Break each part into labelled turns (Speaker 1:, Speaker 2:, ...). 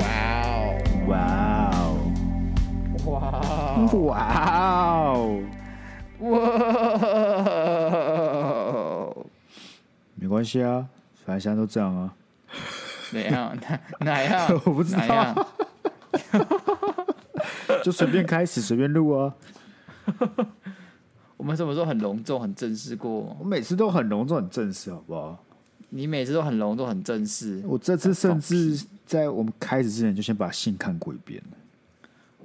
Speaker 1: 哇哦，
Speaker 2: 哇哦，
Speaker 1: 哇哦，
Speaker 2: 哇哦，
Speaker 1: 哇哦！
Speaker 2: 没关系啊，反正现在都这样啊。
Speaker 1: 怎样？哪哪样？
Speaker 2: 我不知道
Speaker 1: 哪 样？
Speaker 2: 就随便开始，随便录啊。
Speaker 1: 我们什么时候很隆重、很正式过
Speaker 2: 我？每次都很隆重、很正式，好不好？
Speaker 1: 你每次都很隆重、很正式。
Speaker 2: 我这次甚至在我们开始之前就先把信看过一遍了。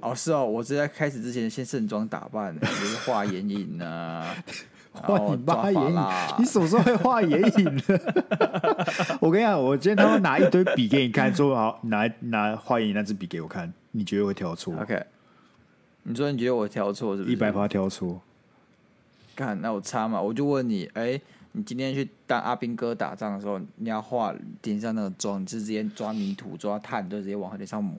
Speaker 1: 哦，是哦，我是在开始之前先盛装打扮， 就是画眼影 啊，然
Speaker 2: 哇，
Speaker 1: 后
Speaker 2: 你妈
Speaker 1: 抓
Speaker 2: 眼
Speaker 1: 发
Speaker 2: 影
Speaker 1: 蜡！
Speaker 2: 你什么时候会画眼影呢？ 我跟你讲，我今天他们拿一堆笔给你看，说好拿拿画眼影那支笔给我看，你绝对会挑错，
Speaker 1: OK，你说你觉得我挑错是不是？
Speaker 2: 一百趴挑错。
Speaker 1: 干，那我插嘛，我就问你，哎、你今天去当阿兵哥打仗的时候，你要画脸上那个妆，你是直接抓泥土、抓炭，就直接往脸上抹，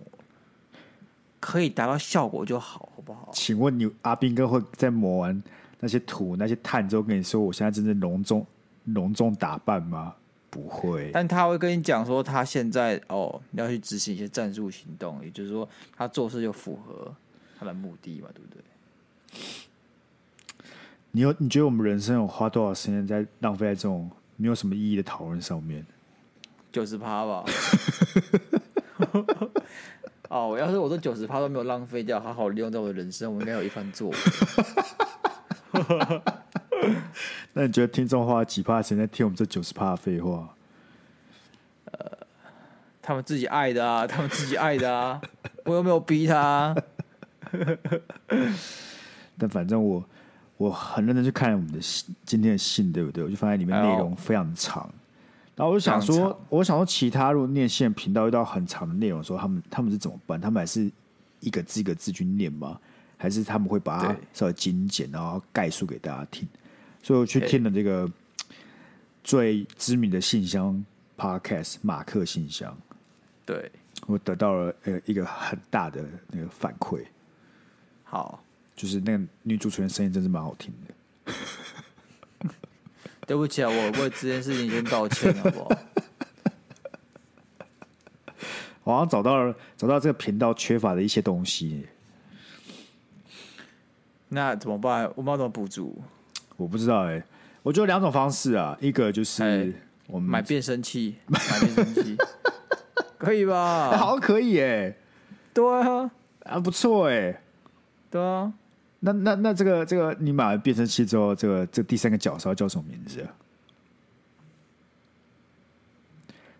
Speaker 1: 可以达到效果就好，好不好？
Speaker 2: 请问你阿斌哥会在抹完那些土、那些炭之后跟你说，我现在真正隆重隆重打扮吗？不会，
Speaker 1: 但他会跟你讲说，他现在哦要去执行一些战术行动，也就是说，他做事就符合他的目的嘛，对不对？
Speaker 2: 你有你觉得我们人生有花多少时间在浪费在这种没有什么意义的讨论上面？
Speaker 1: 九十趴吧。 哦，我要是我这九十趴都没有浪费掉，好好利用在我的人生，我应该有一番作为。
Speaker 2: 那你觉得听众花了几趴的时间在听我们这九十趴的废话？
Speaker 1: 他们自己爱的啊，他们自己爱的啊，我又没有逼他、啊
Speaker 2: 但反正我我很认真去看我们的信，今天的信，对不对？我就发现里面
Speaker 1: 哎呦
Speaker 2: 内容非常长。然后我就想
Speaker 1: 非常
Speaker 2: 说
Speaker 1: 长，
Speaker 2: 我想说，其他如果念线频道遇到很长的内容的时候，他们他们是怎么办？他们还是一个字一个字去念吗？还是他们会把它
Speaker 1: 对
Speaker 2: 稍微精简，然后概述给大家听？所以我去
Speaker 1: 对
Speaker 2: 听了这个最知名的信箱 podcast 马克信箱，
Speaker 1: 对，
Speaker 2: 我得到了呃一个很大的那个反馈，
Speaker 1: 好，
Speaker 2: 就是那个女主持人声音真是蛮好听的。
Speaker 1: 对不起啊，我为这件事情先道歉，好不好？
Speaker 2: 我好像找到了找到这个频道缺乏的一些东西，
Speaker 1: 那怎么办？我们要怎么补足？
Speaker 2: 我不知道哎、我觉得有两种方式啊，一个就
Speaker 1: 哎
Speaker 2: 是我们
Speaker 1: 买变声器，买变声器，可以吧？
Speaker 2: 哎 好，像可以哎、
Speaker 1: 对啊，
Speaker 2: 啊不错哎、
Speaker 1: 对啊，
Speaker 2: 那那那这个这个你买了变声器之后，这个这个第三个角色要叫什么名字啊？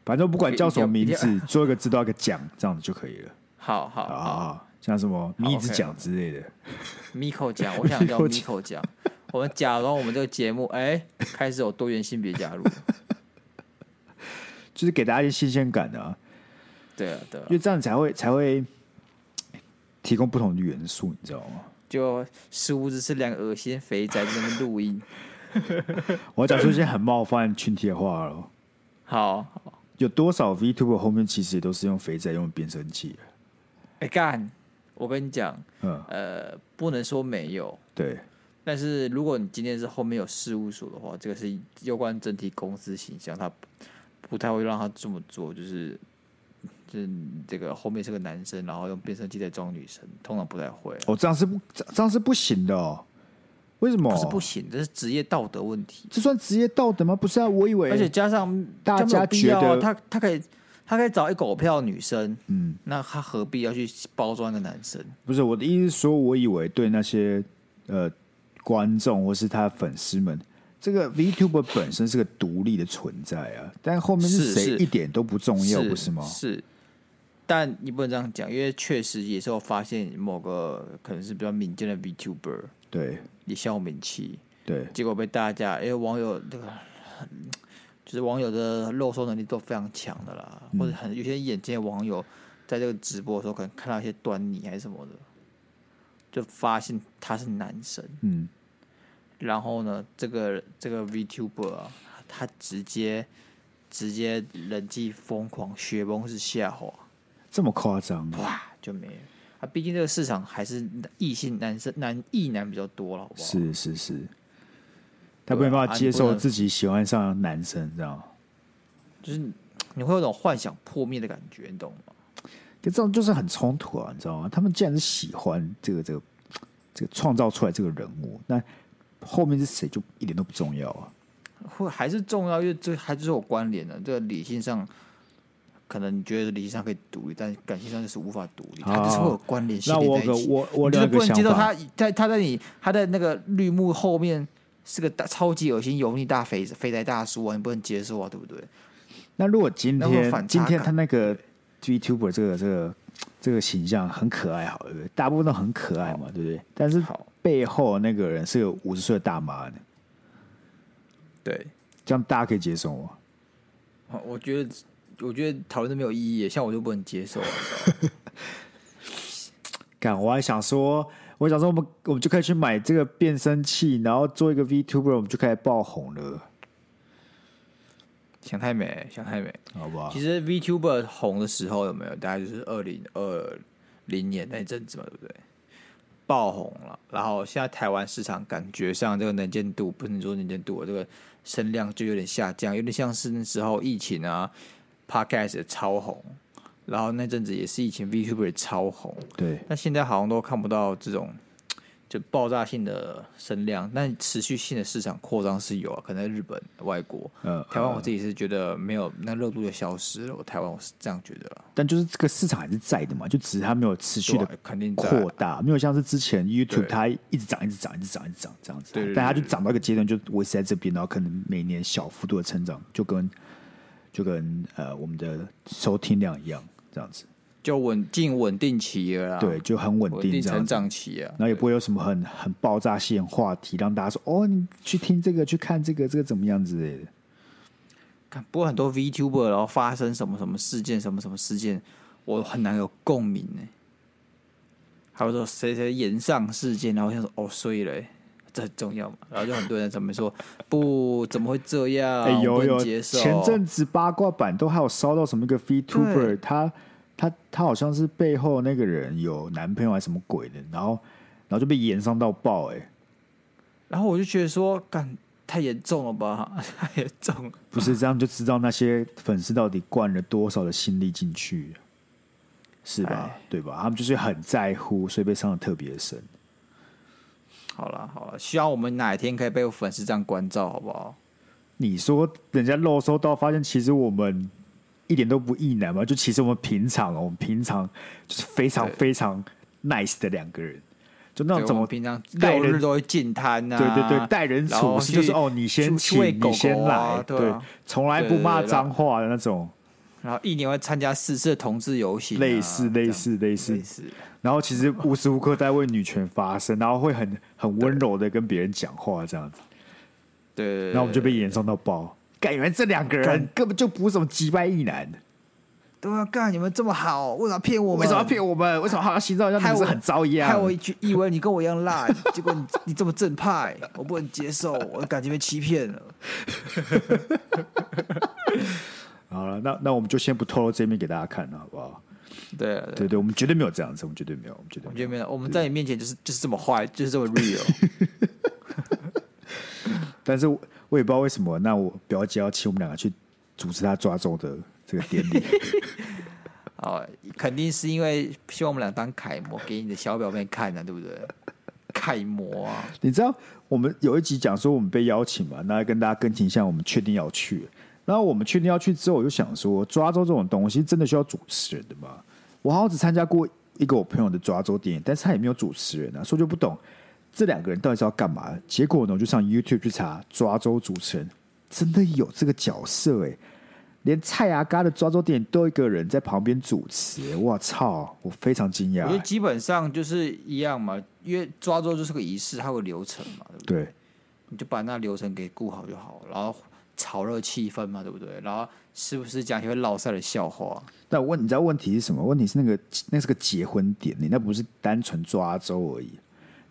Speaker 2: 反正不管叫什么名
Speaker 1: 一定
Speaker 2: 字，做一个知道一个奖，这样子就可以了
Speaker 1: 好好
Speaker 2: 啊
Speaker 1: 好
Speaker 2: 像什么
Speaker 1: 好
Speaker 2: 米子
Speaker 1: OK
Speaker 2: 奖之类的，
Speaker 1: ，Miko 讲，我想叫
Speaker 2: Miko
Speaker 1: Miko
Speaker 2: 讲
Speaker 1: 讲，我们假装我们这个节目，哎、开始有多元性别加入，
Speaker 2: 就是给大家一些新鲜感的、啊。
Speaker 1: 对啊，对啊
Speaker 2: 因，为这样才会才会提供不同的元素，你知道吗？
Speaker 1: 就殊不知是两个恶心肥宅在那边录音，
Speaker 2: 我要讲出一些很冒犯群体的话了。
Speaker 1: 好，好，
Speaker 2: 有多少 VTuber 后面其实也都是用肥仔用变声器？
Speaker 1: 哎、干，我跟你讲。
Speaker 2: 嗯，
Speaker 1: 呃，不能说没有，
Speaker 2: 对，
Speaker 1: 但是如果你今天是后面有事务所的话，这个是有关整体公司形象，他不不太会让他这么做，就是就是你这个后面是个男生，然后用变声器在装女生，通常不太会啊、
Speaker 2: 哦，这样是不这这样是不行的哦。为什么？
Speaker 1: 不是不行，这是职业道德问题，
Speaker 2: 这算职业道德吗？不是啊，我以为。
Speaker 1: 而且加上
Speaker 2: 大
Speaker 1: 这没有
Speaker 2: 家
Speaker 1: 必
Speaker 2: 觉
Speaker 1: 要啊
Speaker 2: 得
Speaker 1: 他他可以他可以找一狗票女生，
Speaker 2: 嗯，
Speaker 1: 那他何必要去包装一个男生？
Speaker 2: 不是我的意思是说，我以为对那些呃观众或是他的粉丝们，这个 VTuber 本身是个独立的存在啊，但后面
Speaker 1: 是
Speaker 2: 是谁
Speaker 1: 是
Speaker 2: 一点都不重要，
Speaker 1: 是
Speaker 2: 不是吗？
Speaker 1: 是，但你不能这样讲，因为确实也是有发现某个可能是比较民间的 VTuber
Speaker 2: 对
Speaker 1: 也消名气，
Speaker 2: 对，
Speaker 1: 结果被大家因为网友那个。就是网友的肉搜能力都非常强的啦，或者
Speaker 2: 嗯
Speaker 1: 很有些眼尖的网友，在这个直播的时候，可能看到一些端倪还是什么的，就发现他是男生。
Speaker 2: 嗯，
Speaker 1: 然后呢，这个这个 VTuber 啊，他直接直接人际疯狂，雪崩式下滑，
Speaker 2: 这么夸张啊？
Speaker 1: 哇就没了。啊，毕竟这个市场还是异性男生男异男比较多了，好不好？
Speaker 2: 是是是，他没办
Speaker 1: 对啊
Speaker 2: 法
Speaker 1: 啊
Speaker 2: 接
Speaker 1: 你不
Speaker 2: 受
Speaker 1: 能
Speaker 2: 自己喜欢上男生，这样。
Speaker 1: 就是你会有种幻想破灭的感觉，你懂吗？
Speaker 2: 可这种就是很冲突啊，你知道吗？他们既然是喜欢这个这个这个创造出来这个人物，那后面是谁就一点都不重要啊。
Speaker 1: 会还是重要，因为这还是有关联的。这个理性上，可能你觉得理性上可以独立，但感性上就是无法独立，它就是会有关联性
Speaker 2: 啊那
Speaker 1: 连在
Speaker 2: 我有个
Speaker 1: 一起。
Speaker 2: 我我
Speaker 1: 就
Speaker 2: 有
Speaker 1: 是
Speaker 2: 一
Speaker 1: 不
Speaker 2: 个
Speaker 1: 能
Speaker 2: 想
Speaker 1: 接受
Speaker 2: 法，
Speaker 1: 他在他在你他在那个绿幕后面是个大超级恶心油腻大肥肥宅大叔啊，你不能接受啊，对不对？
Speaker 2: 那如果今
Speaker 1: 那会有反差
Speaker 2: 天今天
Speaker 1: 感
Speaker 2: 他那个 VTuber 这个这个这个形象很可爱，好了，对不对？大部分都很可爱嘛，对不对？但是
Speaker 1: 好，
Speaker 2: 背后那个人是个五十岁的大妈呢，
Speaker 1: 对，
Speaker 2: 这样大家可以接受吗？
Speaker 1: 我觉得我觉得讨论都没有意义，像我就不能接受、啊。
Speaker 2: 干，我还想说，我想说我们我们就可以去买这个变声器，然后做一个 VTuber，我们就可以爆红了，
Speaker 1: 想太美，想太美。
Speaker 2: 好不好
Speaker 1: 其？实 VTuber 红的时候有没有？大概就是二零二零年那一阵子嘛，对不对？爆红了，然后现在台湾市场感觉上这个能见度，不是说能见度，这个声量就有点下降，有点像是那时候疫情啊，Podcast 也超红，然后那阵子也是疫情 VTuber 也超红，
Speaker 2: 对，
Speaker 1: 但现在好像都看不到这种就爆炸性的声量，但持续性的市场扩张是有啊，可能在日本、外国，
Speaker 2: 呃，
Speaker 1: 台湾我
Speaker 2: 己，
Speaker 1: 自己是觉得没有那热度就消失了，我台湾我是这样觉得啦，
Speaker 2: 但就是这个市场还是在的嘛，就只是它没有持续
Speaker 1: 对
Speaker 2: 的
Speaker 1: 啊肯定在
Speaker 2: 扩大，没有像是之前 YouTube
Speaker 1: 对
Speaker 2: 它一直涨、一直涨、一直涨、一直涨这样子，啊
Speaker 1: 对对对
Speaker 2: 但它就涨到一个阶段就维持在这边，然后可能每年小幅度的成长，就跟就跟呃我们的收听量一样，这样子，
Speaker 1: 就稳进稳定期了啦，
Speaker 2: 对，，就很稳
Speaker 1: 啊稳
Speaker 2: 定
Speaker 1: 定
Speaker 2: 这样
Speaker 1: 成
Speaker 2: 子。
Speaker 1: 长期啊
Speaker 2: 然，后也不会有什么很很爆炸性的话题，让大家说哦，你去听这个，去看这个，这个怎么样之类的。
Speaker 1: 看不过很多 VTuber 然后发生什么什么事件，什么什么事件，我很难有共鸣呢、还有说谁谁延上事件，然后我想说哦，所以嘞。这很重要嘛？然后就很多人怎么说不怎么会这样？
Speaker 2: 哎、
Speaker 1: 啊我
Speaker 2: 有
Speaker 1: 不能
Speaker 2: 有，
Speaker 1: 接受。
Speaker 2: 前阵子八卦版都还有烧到什么一个 Vtuber，
Speaker 1: 对
Speaker 2: 他他他好像是背后那个人有男朋友还是什么鬼的，然后然后就被延上到爆、哎，
Speaker 1: 然后我就觉得说，干太严重了吧， 太严重了。
Speaker 2: 不是这样就知道那些粉丝到底灌了多少的心力进去，是吧
Speaker 1: 哎？
Speaker 2: 对吧？他们就是很在乎，所以被伤的特别深。
Speaker 1: 好了好了，希望我们哪一天可以被粉丝这样关照，好不好？
Speaker 2: 你说人家漏收到，发现其实我们一点都不意难嘛，就其实我们平常，哦我们平常就是非常
Speaker 1: 对
Speaker 2: 非常 nice 的两个人，就那种
Speaker 1: 对
Speaker 2: 怎
Speaker 1: 我
Speaker 2: 么
Speaker 1: 们平常
Speaker 2: 待
Speaker 1: 六
Speaker 2: 人
Speaker 1: 日都会进摊啊呐、
Speaker 2: 对对对待人
Speaker 1: 然后
Speaker 2: 处事
Speaker 1: 去
Speaker 2: 就是哦，你先
Speaker 1: 去去
Speaker 2: 请，
Speaker 1: 喂狗
Speaker 2: 你先
Speaker 1: 狗啊
Speaker 2: 来，
Speaker 1: 对
Speaker 2: 对
Speaker 1: 啊，
Speaker 2: 从来不
Speaker 1: 对对
Speaker 2: 骂
Speaker 1: 对
Speaker 2: 脏话的那种，
Speaker 1: 然后一年会参加四次的同志游行啊、
Speaker 2: 类
Speaker 1: 这
Speaker 2: 似
Speaker 1: 样
Speaker 2: 类似类似
Speaker 1: 类，似，
Speaker 2: 然后其实无时无刻在为女权发声，然后会很很温柔的跟别人讲话这样子，
Speaker 1: 对对对
Speaker 2: 然后我们就被延上到爆，感觉这两个人
Speaker 1: 干
Speaker 2: 根本就不是什么击败意男。
Speaker 1: 对啊，干你们这么好，为什么要骗我们？
Speaker 2: 为什么要骗我们？为什么好像心照像你
Speaker 1: 害
Speaker 2: 们
Speaker 1: 我
Speaker 2: 是很糟一样？
Speaker 1: 害我一句以为你跟我一样烂，结果你 你这么正派，我不能接受，我感觉被欺骗了。
Speaker 2: 好了，那那我们就先不透露这面给大家看了，好不好？
Speaker 1: 对啊对啊
Speaker 2: 对对，我们绝对没有这样子，我们绝对没有，我们绝对
Speaker 1: 我
Speaker 2: 没
Speaker 1: 觉
Speaker 2: 有。
Speaker 1: 得没有，我们在你面前就是就是这么坏，就是这么 real。
Speaker 2: 但是我我也不知道为什么，那我表姐要请我们两个去主持她抓周的这个典礼，
Speaker 1: 哦，肯定是因为希望我们俩当楷模给你的小表妹看呢、啊，对不对？楷模啊，
Speaker 2: 你知道我们有一集讲说我们被邀请嘛，那跟大家跟进一下，我们确定要去。然后我们确定要去之后，我就想说，抓周这种东西真的需要主持人的吗？我好像只参加过一个我朋友的抓周电影，但是他也没有主持人啊，所以我就不懂这两个人到底是要干嘛。结果呢，我就上 YouTube 去查抓周主持人，真的有这个角色诶、连蔡阿嘎的抓周电影都有一个人在旁边主持、我操，我非常惊
Speaker 1: 我
Speaker 2: 讶
Speaker 1: 觉
Speaker 2: 欸、
Speaker 1: 得基本上就是一样嘛，因为抓周就是个仪式，它有流程嘛，对不对？
Speaker 2: 对，
Speaker 1: 你就把那流程给顾好就好，然后炒热气氛嘛，对不对？然后是不是讲一些落塞的笑话？啊
Speaker 2: 但问你知道问题是什么？问题是那个那是个结婚典礼，那不是单纯抓周而已。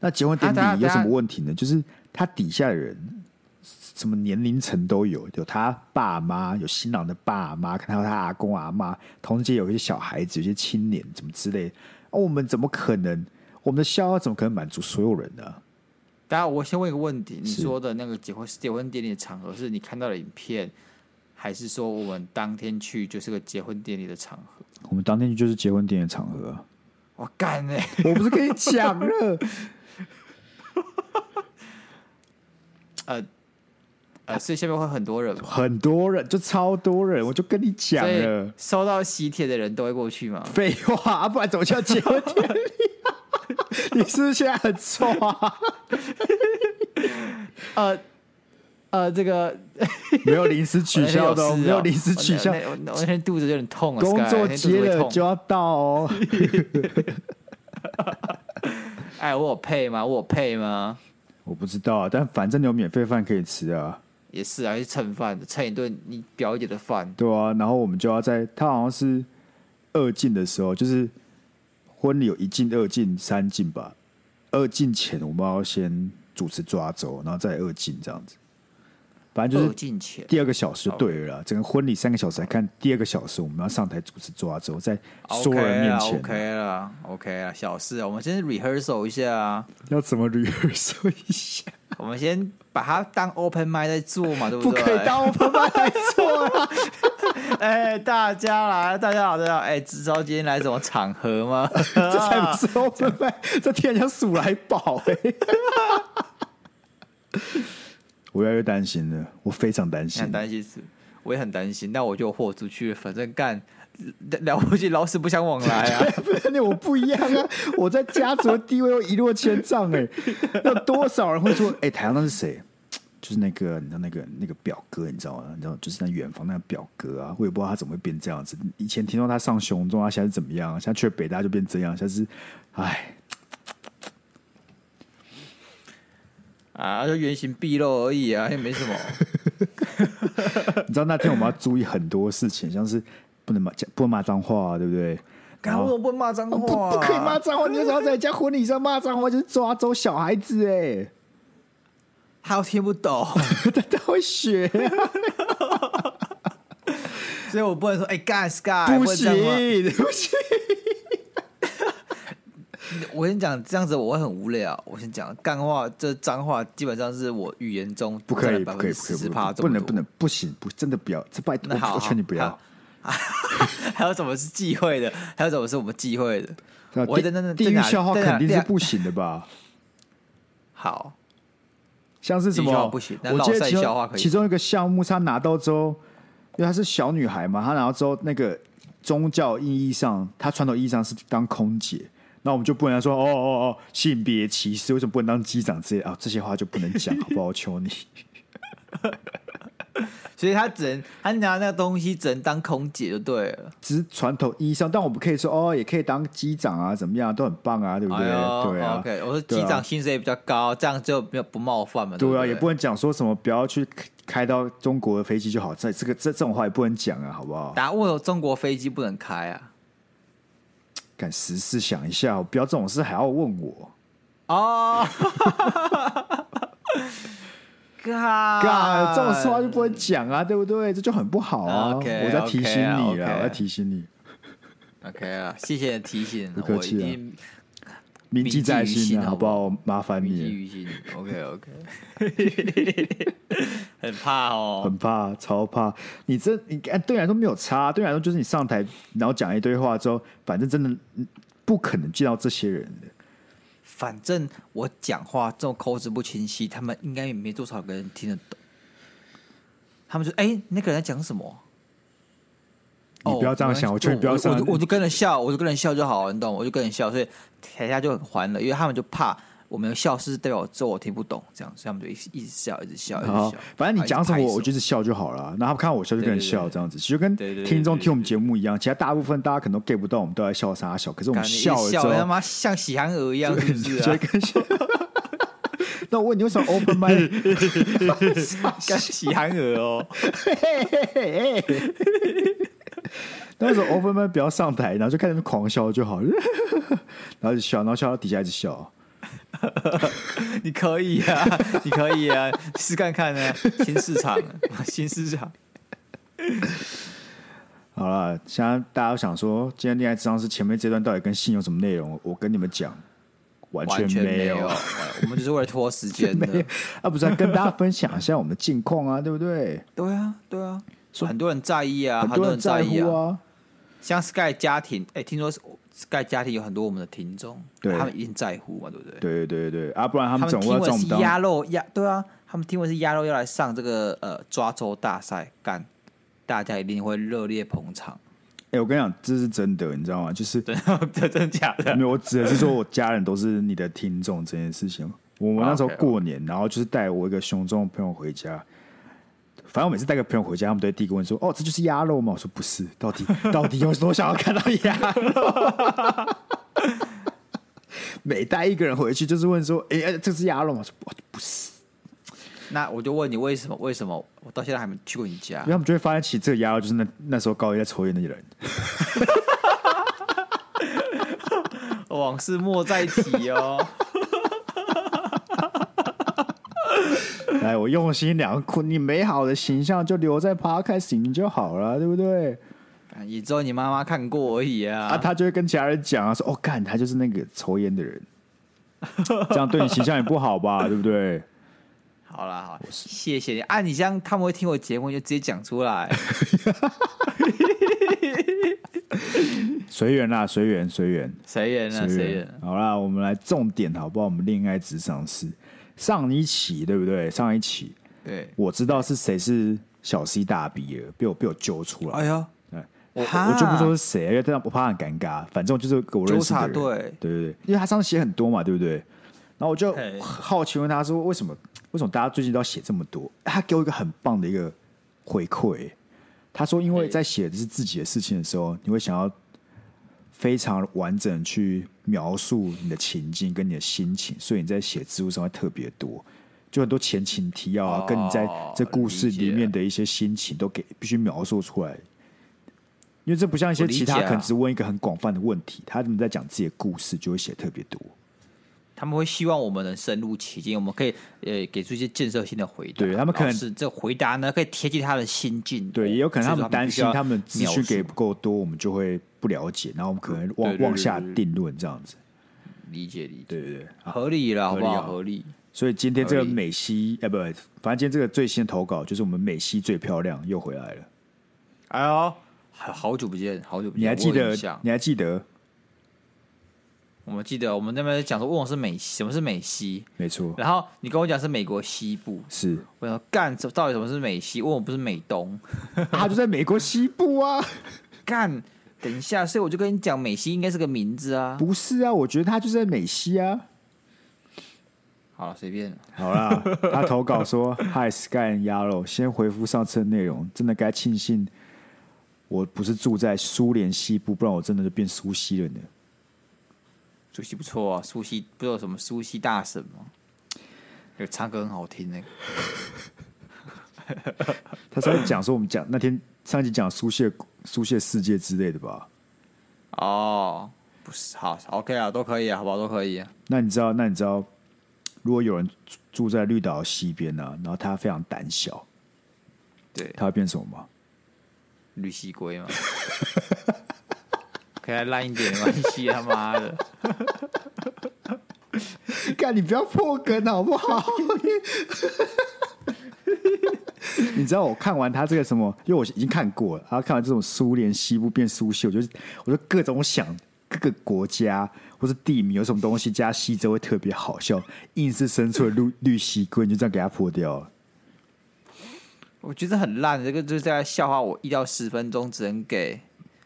Speaker 2: 那结婚典
Speaker 1: 啊等下
Speaker 2: 礼有什
Speaker 1: 等
Speaker 2: 么
Speaker 1: 下
Speaker 2: 问题呢？就是他底下的人什么年龄层都有，有他爸妈，有新郎的爸妈，看到他阿公阿妈，同时间有一些小孩子，有一些青年，哦怎么之类的。啊，我们怎么可能？我们的笑话怎么可能满足所有人呢、
Speaker 1: 大家，我先问一个问题：你
Speaker 2: 是
Speaker 1: 说的那个结婚结婚典礼的场合，是你看到的影片，还是说我们当天去就是个结婚典礼的场合？
Speaker 2: 我们当天就是结婚典礼的 场合啊、
Speaker 1: 我干欸呢、
Speaker 2: 我不是跟你讲了，
Speaker 1: 呃，所以下面会很多人嘛，
Speaker 2: 很多人就超多人，我就跟你讲
Speaker 1: 所以
Speaker 2: 了，
Speaker 1: 收到喜帖的人都会过去嘛。
Speaker 2: 废话、啊，不然怎么叫结婚典礼、你是不是现在很臭啊？
Speaker 1: 呃呃，这个
Speaker 2: 没有临时取消的、哦，没有临时取消
Speaker 1: 我，那我那我那天肚子有点痛啊，
Speaker 2: 工
Speaker 1: Sky，
Speaker 2: 作
Speaker 1: 那天肚子
Speaker 2: 接
Speaker 1: 会
Speaker 2: 了
Speaker 1: 痛
Speaker 2: 就要到哦。
Speaker 1: 哎，我有配吗？我有配吗？
Speaker 2: 我不知道啊，但反正你有免费饭可以吃啊，
Speaker 1: 也是啊，去蹭饭的，蹭一顿你表姐的饭。
Speaker 2: 对啊，然后我们就要在他好像是二进的时候，就是婚礼有一进、二进、三进吧。二进前我们要先主持抓周，然后再二进这样子。反正就
Speaker 1: 二
Speaker 2: 是
Speaker 1: 进前，
Speaker 2: 第二个小时就对了啦，整个婚礼三个小时来看，第二个小时我们要上台主持抓周，在所有人面前
Speaker 1: OK 啦，OK 啦，小事啊，我们先 rehearsal 一下啊，
Speaker 2: 要怎么 rehearsal 一下，
Speaker 1: 我们先把它当 open m i 在做嘛，对
Speaker 2: 不
Speaker 1: 对？
Speaker 2: 可以当我们班来做啊啦。
Speaker 1: 哎、大家来，大家好，大家好，哎、知道今天来什么场合吗？
Speaker 2: 这才不是 open m i 这听人家数来宝 哎、我越来越担心了，我非常担
Speaker 1: 你
Speaker 2: 心
Speaker 1: 很。担心是？我也很担心，但我就豁出去，反正干 了不起，老死不相往来啊！
Speaker 2: 不然你我不一样啊！我在家族的地位又一落千丈哎、有多少人会说哎、台上那是谁？就是那个你知道那个那个表哥，你知道吗？你知道就是那远房那个表哥啊，我也不知道他怎么会变这样子。以前听说他上雄中，他现在是怎么样？现在去了北大就变这样，现在是哎，
Speaker 1: 啊，就原形毕露而已啊，也没什么。
Speaker 2: 你知道那天我们要注意很多事情，像是不能骂讲不能骂脏话、啊，对不对？
Speaker 1: 干
Speaker 2: 然
Speaker 1: 为什
Speaker 2: 后
Speaker 1: 么不能骂脏
Speaker 2: 哦不
Speaker 1: 话、啊
Speaker 2: 不可以骂脏话，你为什么要在人家婚礼上骂脏话？就是抓走小孩子哎、
Speaker 1: 他又听不懂，
Speaker 2: 他 他会学、
Speaker 1: 所以我不能说哎干 Sky，
Speaker 2: 不
Speaker 1: 不能这样骂
Speaker 2: 行不行，
Speaker 1: 我先讲这样子我会很无聊。我先讲干话，这脏话基本上是我语言中
Speaker 2: 不可以
Speaker 1: 百
Speaker 2: 不可
Speaker 1: 分
Speaker 2: 以
Speaker 1: 之
Speaker 2: 不可
Speaker 1: 四
Speaker 2: 以
Speaker 1: 十
Speaker 2: 不
Speaker 1: 趴
Speaker 2: 能不能不能不行不真的不要，这拜托
Speaker 1: 那好，
Speaker 2: 我劝你不要
Speaker 1: 好。。 还有什么是忌讳的？还有什么是我们忌讳的？
Speaker 2: 对吧啊
Speaker 1: 我
Speaker 2: 地
Speaker 1: 在那那
Speaker 2: 地
Speaker 1: 在
Speaker 2: 狱
Speaker 1: 哪
Speaker 2: 笑话
Speaker 1: 在哪
Speaker 2: 肯定是
Speaker 1: 在
Speaker 2: 不行 的吧？
Speaker 1: 好，
Speaker 2: 像是
Speaker 1: 地
Speaker 2: 什
Speaker 1: 狱笑
Speaker 2: 么
Speaker 1: 话不行那
Speaker 2: 我
Speaker 1: 落
Speaker 2: 记得
Speaker 1: 塞
Speaker 2: 其
Speaker 1: 笑话
Speaker 2: 中
Speaker 1: 可以
Speaker 2: 其中一个项目，她拿到之后，因为她是小女孩嘛，她拿到之后，那个宗教意义上，她传统意义上是当空姐。那我们就不能说哦哦哦，性别歧视，为什么不能当机长之类的啊、这些话就不能讲，好不好？求 你，
Speaker 1: 所以他只能他拿那个东西只能当空姐就对了。
Speaker 2: 只是传统意义上，但我们可以说哦，也可以当机长啊，怎么样，都很棒啊，对不
Speaker 1: 哎
Speaker 2: 对？对啊
Speaker 1: o k 我说
Speaker 2: 对
Speaker 1: 机
Speaker 2: 啊
Speaker 1: 长薪水也比较高，这样就没有不冒犯嘛。对
Speaker 2: 对啊，
Speaker 1: 对
Speaker 2: 也不能讲说什么不要去开开到中国的飞机就好，这这个这这种话也不能讲啊，好不好？
Speaker 1: 打为什么中国飞机不能开啊？
Speaker 2: 敢实事想一下，不要这种事还要问我。
Speaker 1: 哦，干
Speaker 2: 干，这种事话就不能讲啊，对不对？这就很不好啊！
Speaker 1: OK，
Speaker 2: 我在提醒你
Speaker 1: OK，OK
Speaker 2: 啦，我在提醒你，
Speaker 1: OK 啊，谢谢你的提醒，
Speaker 2: 不客
Speaker 1: 我
Speaker 2: 气
Speaker 1: 一
Speaker 2: 啊
Speaker 1: 定
Speaker 2: 铭记在
Speaker 1: 铭记于
Speaker 2: 心
Speaker 1: 心
Speaker 2: 啊，好
Speaker 1: 好
Speaker 2: 不
Speaker 1: 不好
Speaker 2: 好？麻烦
Speaker 1: 铭记
Speaker 2: 你，
Speaker 1: 于心。OK OK，很怕哦。
Speaker 2: 很怕，超怕。你这你哎，对你来说没有差，对你来说就是你上台然后讲一堆话之后，反正真的嗯不可能见到这些人的。
Speaker 1: 反正我讲话这种口齿不清晰，他们应该也没多少个人听得懂。他们说：“哎、那个人在讲什么？”
Speaker 2: 你不要这样想
Speaker 1: 哦
Speaker 2: 我劝你不要这样
Speaker 1: 我我就我就跟着笑，我就跟着笑就好了，你懂吗？我就跟着笑，所以台下就很欢乐，因为他们就怕我没有笑是代表这我听不懂，这样，所以他们就一直一直笑，一直笑，一直
Speaker 2: 好
Speaker 1: 笑。，
Speaker 2: 反正你讲什么，
Speaker 1: 然后
Speaker 2: 我
Speaker 1: 一直拍手
Speaker 2: 就是笑就好了。然后他们看我笑，就跟人笑，这样子，其实跟
Speaker 1: 对对对对
Speaker 2: 听众听我们节目一样。其他大部分大家可能都 get 不到，我们都在笑啥笑。可是我们
Speaker 1: 干一直
Speaker 2: 笑了之
Speaker 1: 笑他
Speaker 2: 后，
Speaker 1: 妈像喜憨儿一样，是不 是、
Speaker 2: 就
Speaker 1: 啊？
Speaker 2: 跟笑。那我问你，为 什么 open mic？
Speaker 1: 干喜憨儿哦，
Speaker 2: 那为什么 open mic 不要上台，然后就看他们狂笑就好了？ 然后就笑，然后笑到底下一直笑。
Speaker 1: 你可以啊， 你可以啊，试看看啊，新市场，啊新市场。
Speaker 2: 好了，现在大家都想说，今天恋爱智商是前面这段到底跟性有什么内容？我跟你们讲，完
Speaker 1: 完全
Speaker 2: 没
Speaker 1: 有，啊我们就是为了拖时间
Speaker 2: 没有
Speaker 1: 的。
Speaker 2: 啊，不是、啊、跟大家分享一下我们的近况啊，对不对？
Speaker 1: 对啊，对啊，
Speaker 2: 说
Speaker 1: 很多人在意啊，很
Speaker 2: 多
Speaker 1: 人
Speaker 2: 在
Speaker 1: 意
Speaker 2: 乎
Speaker 1: 啊。
Speaker 2: 啊，
Speaker 1: 像 Sky 家庭，哎，听说是 Sky 家庭有很多我们的听众，
Speaker 2: 对
Speaker 1: 他们一定在乎嘛，对不对？
Speaker 2: 对对对，啊，不然他
Speaker 1: 他们
Speaker 2: 们总
Speaker 1: 听
Speaker 2: 要找我
Speaker 1: 闻
Speaker 2: 们
Speaker 1: 是
Speaker 2: 当
Speaker 1: 鸭肉鸭，对啊，他们听闻是鸭肉要来上这个呃抓周大赛，干，大家一定会热烈捧场，
Speaker 2: 哎、我跟你讲，这是真的，你知道吗？就是
Speaker 1: 真的真的假的？
Speaker 2: 没有，我指的是说我家人都是你的听众这件事情。我们那时候
Speaker 1: OK，OK
Speaker 2: 过年，然后就是带我一个熊中的朋友回家。反正我每次带个朋友回家，他们都会第一个问说：“哦，这就是鸭肉吗？”我说：“不是，到底到底有多想要看到鸭肉？” 每带一个人回去，就是问说：“哎、哎这是鸭肉吗？”我说：“哦不是。
Speaker 1: 那我就问你，为什么？为什么我到现在还没去过你”家
Speaker 2: 然后？他们就会发现，其实这个鸭肉就是那那时候高一在抽烟的人。
Speaker 1: 往事莫再提 哦。
Speaker 2: 来，我用心良苦，你美好的形象就留在 Podcast 里面就好了，对不对？
Speaker 1: 干也只啊有你妈妈看过而已啊。
Speaker 2: 啊，他就会跟其他人讲啊，说哦，干，他就是那个抽烟的人， 这样对你形象也不好吧，对不对？
Speaker 1: 好啦，好啦，谢谢你啊！你这样他们会听我节目，你就直接讲出来。
Speaker 2: 随缘啦，随缘，随缘，
Speaker 1: 谁人啊？
Speaker 2: 随
Speaker 1: 谁
Speaker 2: 缘
Speaker 1: 人？。
Speaker 2: 好啦，我们来重点好不好？我们恋爱职场是上一期对不对？上一期
Speaker 1: 对，
Speaker 2: 我知道是谁是小 C 大 B 了，被我被我揪出来。
Speaker 1: 哎呦，
Speaker 2: 我
Speaker 1: 哈
Speaker 2: 我就不说是谁，因为这样我怕很尴尬。反正就是我认识的
Speaker 1: 纠察
Speaker 2: 人，
Speaker 1: 队
Speaker 2: 对对对，因为他上次写很多嘛，对不对？然后我就
Speaker 1: 嘿
Speaker 2: 好奇问他说，为什么为什么大家最近都要写这么多？哎他给我一个很棒的一个回馈，他说，因为
Speaker 1: 嘿
Speaker 2: 在写的是自己的事情的时候，你会想要非常完整地去描述你的情境跟你的心情，所以你在写字物上会特别多，就很多前情提要啊，
Speaker 1: 哦
Speaker 2: 跟你在这故事里
Speaker 1: 理解
Speaker 2: 面的一些心情都给必须描述出来。因为这不像一些
Speaker 1: 我理
Speaker 2: 其
Speaker 1: 解
Speaker 2: 他
Speaker 1: 啊
Speaker 2: 可能只问一个很广泛的问题，他们在讲自己的故事就会写特别多。
Speaker 1: 他们会希望我们能深入其境，我们可以呃给出一些建设性的回答。
Speaker 2: 对他们可能
Speaker 1: 是这回答呢，可以贴近他的心境。
Speaker 2: 对，也有可能他们担
Speaker 1: 所
Speaker 2: 心
Speaker 1: 以说
Speaker 2: 他
Speaker 1: 哦他
Speaker 2: 们
Speaker 1: 必须
Speaker 2: 资
Speaker 1: 要
Speaker 2: 讯给
Speaker 1: 描述
Speaker 2: 不够多，我们就会不了解，然后我们可能妄
Speaker 1: 对对对
Speaker 2: 妄下
Speaker 1: 对
Speaker 2: 定论这样子。
Speaker 1: 理解理解，
Speaker 2: 对对对，
Speaker 1: 合理了，好不好？
Speaker 2: 合啊
Speaker 1: 合理。
Speaker 2: 所以今天这个
Speaker 1: 合理
Speaker 2: 美西，哎、不，反正今天这个最新的投稿就是我们美西最漂亮又回来了。
Speaker 1: 哎呦，好好久不见，好久不见，
Speaker 2: 你还记
Speaker 1: 我有
Speaker 2: 得
Speaker 1: 印象？
Speaker 2: 你还记得？
Speaker 1: 我们记得我们那边讲说，问我是美西，什么是美西？
Speaker 2: 没错，
Speaker 1: 然后你跟我讲是美国西部，
Speaker 2: 是
Speaker 1: 我想干，这到底什么是美西？问我不是美东，
Speaker 2: 他就在美国西部啊。
Speaker 1: 干，等一下，所以我就跟你讲，美西应该是个名字啊。
Speaker 2: 不是啊，我觉得他就是在美西啊。
Speaker 1: 好了，随便。
Speaker 2: 好啦，他投稿说：“Hi Sky and Yaro，先回复上次的内容，真的该庆幸我不是住在苏联西部，不然我真的就变苏西了呢。
Speaker 1: 苏西不错啊，苏西不知道什么苏西大神吗？有唱歌很好听那个，”
Speaker 2: 他上次讲说我们讲那天上一集讲苏谢苏谢世界之类的吧？
Speaker 1: 哦，不是，好，OK 啊，都可以啊，好不好？都可以啊。
Speaker 2: 那你知道？那你知道，如果有人住住在绿岛西边呢、然后他非常胆小，
Speaker 1: 对，
Speaker 2: 他会变什么吗？
Speaker 1: 绿西龟嘛， 可以再烂一点没关系，他妈的，
Speaker 2: 干，你不要破梗好不好？你知道我看完他这个什么，因为我已经看过了，然后看完这种苏联西部变苏西，我就我就各种想各个国家或是地名有什么东西加西之后会特别好笑，硬是生出了绿绿西龟，你就这样给它破掉了。
Speaker 1: 我觉得很烂，这个就是在笑话我一到十分钟只能给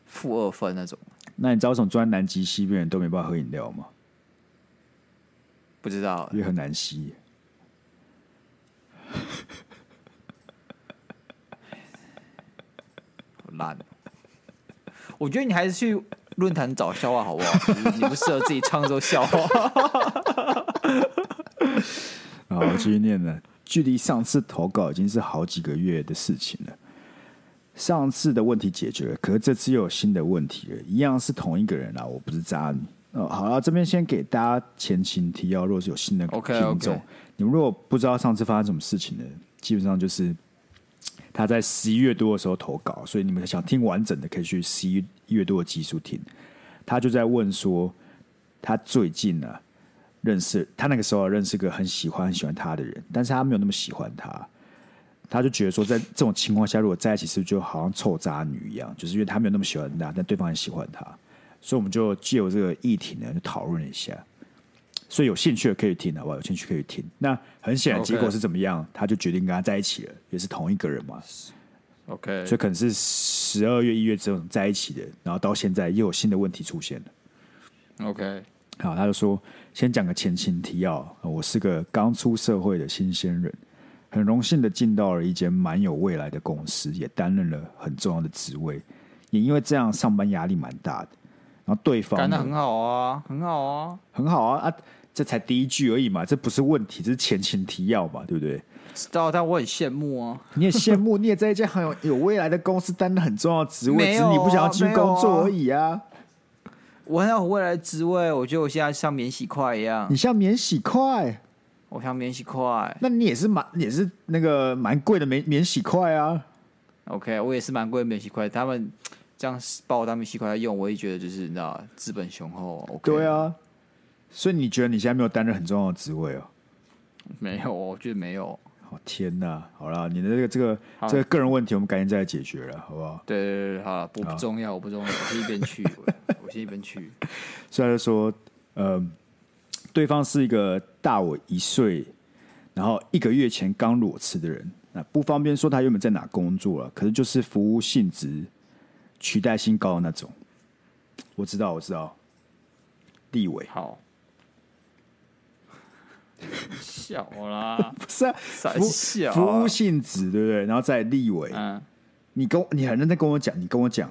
Speaker 1: 负二分那种，
Speaker 2: 那你知道为什么住在南极西边的人都没办法喝饮料吗？
Speaker 1: 不知道
Speaker 2: 因为很难吸。
Speaker 1: 好烂哦。我觉得你还是去论坛找笑话好不好？你你不适合自己创作笑话。
Speaker 2: 好，啊我继续念呢。 距离上次投稿已经是好几个月的事情了。上次的问题解决了，可是这次又有新的问题了，一样是同一个人啦，啊我不是渣女。哦，好了，这边先给大家前情提要，如果是有新的听众
Speaker 1: OK，OK
Speaker 2: 你们如果不知道上次发生什么事情呢，基本上就是他在十一月多的时候投稿，所以你们想听完整的，可以去十一月多的集数听。他就在问说，他最近呢、啊，认识他那个时候认识个很喜欢很喜欢他的人，但是他没有那么喜欢他，他就觉得说，在这种情况下，如果在一起是不是就好像臭渣女一样？就是因为他没有那么喜欢他，但对方很喜欢他，所以我们就借由这个议题呢，就讨论一下。所以有兴趣的可以听，好不好？有兴趣可以听。那很显然，
Speaker 1: OK
Speaker 2: 结果是怎么样他就决定跟他在一起了，也是同一个人嘛。
Speaker 1: OK，
Speaker 2: 所以可能是十二月、一月之后在一起的，然后到现在又有新的问题出现了。
Speaker 1: OK，
Speaker 2: 好，他就说先讲个前情提要，呃我是个刚出社会的新鲜人，很荣幸的进到了一间蛮有未来的公司，也担任了很重要的职位，也因为这样上班压力蛮大的。然后对方
Speaker 1: 干
Speaker 2: 呢
Speaker 1: 的很好啊，很好啊，
Speaker 2: 很好啊啊，这才第一句而已嘛，这不是问题，这是前情提要嘛，对不对？
Speaker 1: 知道，但我很羡慕啊。
Speaker 2: 你也羡慕，你也在一间很有有未来的公司担任很重要的职位，
Speaker 1: 没
Speaker 2: 只
Speaker 1: 有
Speaker 2: 是你不想要继续
Speaker 1: 啊没有
Speaker 2: 工作
Speaker 1: 啊
Speaker 2: 而已啊。
Speaker 1: 我很有未来的职位，我觉得我现在像免洗筷一样
Speaker 2: 你，像免洗筷，
Speaker 1: 我像免洗筷。
Speaker 2: 那你也是蛮也是那个蛮贵的免免洗筷啊。
Speaker 1: OK，我也是蛮贵的免洗筷，他们这样把我当免洗筷来用，我也觉得就是你知道资本雄厚。OK，
Speaker 2: 对，啊，所以你觉得你现在没有担任很重要的职位哦？
Speaker 1: 没有，我觉得没有。
Speaker 2: 哦天哪，好啦，你的这个这个
Speaker 1: 好
Speaker 2: 这个个人问题，我们赶紧再来解决了，好不好？
Speaker 1: 对对对，好了，我不重要，我不重要，我先一边去， 我我先一边去。
Speaker 2: 所以他就说，呃，对方是一个大我一岁，然后一个月前刚裸辞的人，那不方便说他原本在哪工作了，可是就是服务性质取代性高的那种。我知道，我知道，立伟
Speaker 1: 好，笑 啦，
Speaker 2: 不是、啊、
Speaker 1: 傻
Speaker 2: 服
Speaker 1: 笑啊，
Speaker 2: 服务性质，对不对？然后再立伟，
Speaker 1: 嗯，
Speaker 2: 你跟我你很认真跟我讲，你跟我讲，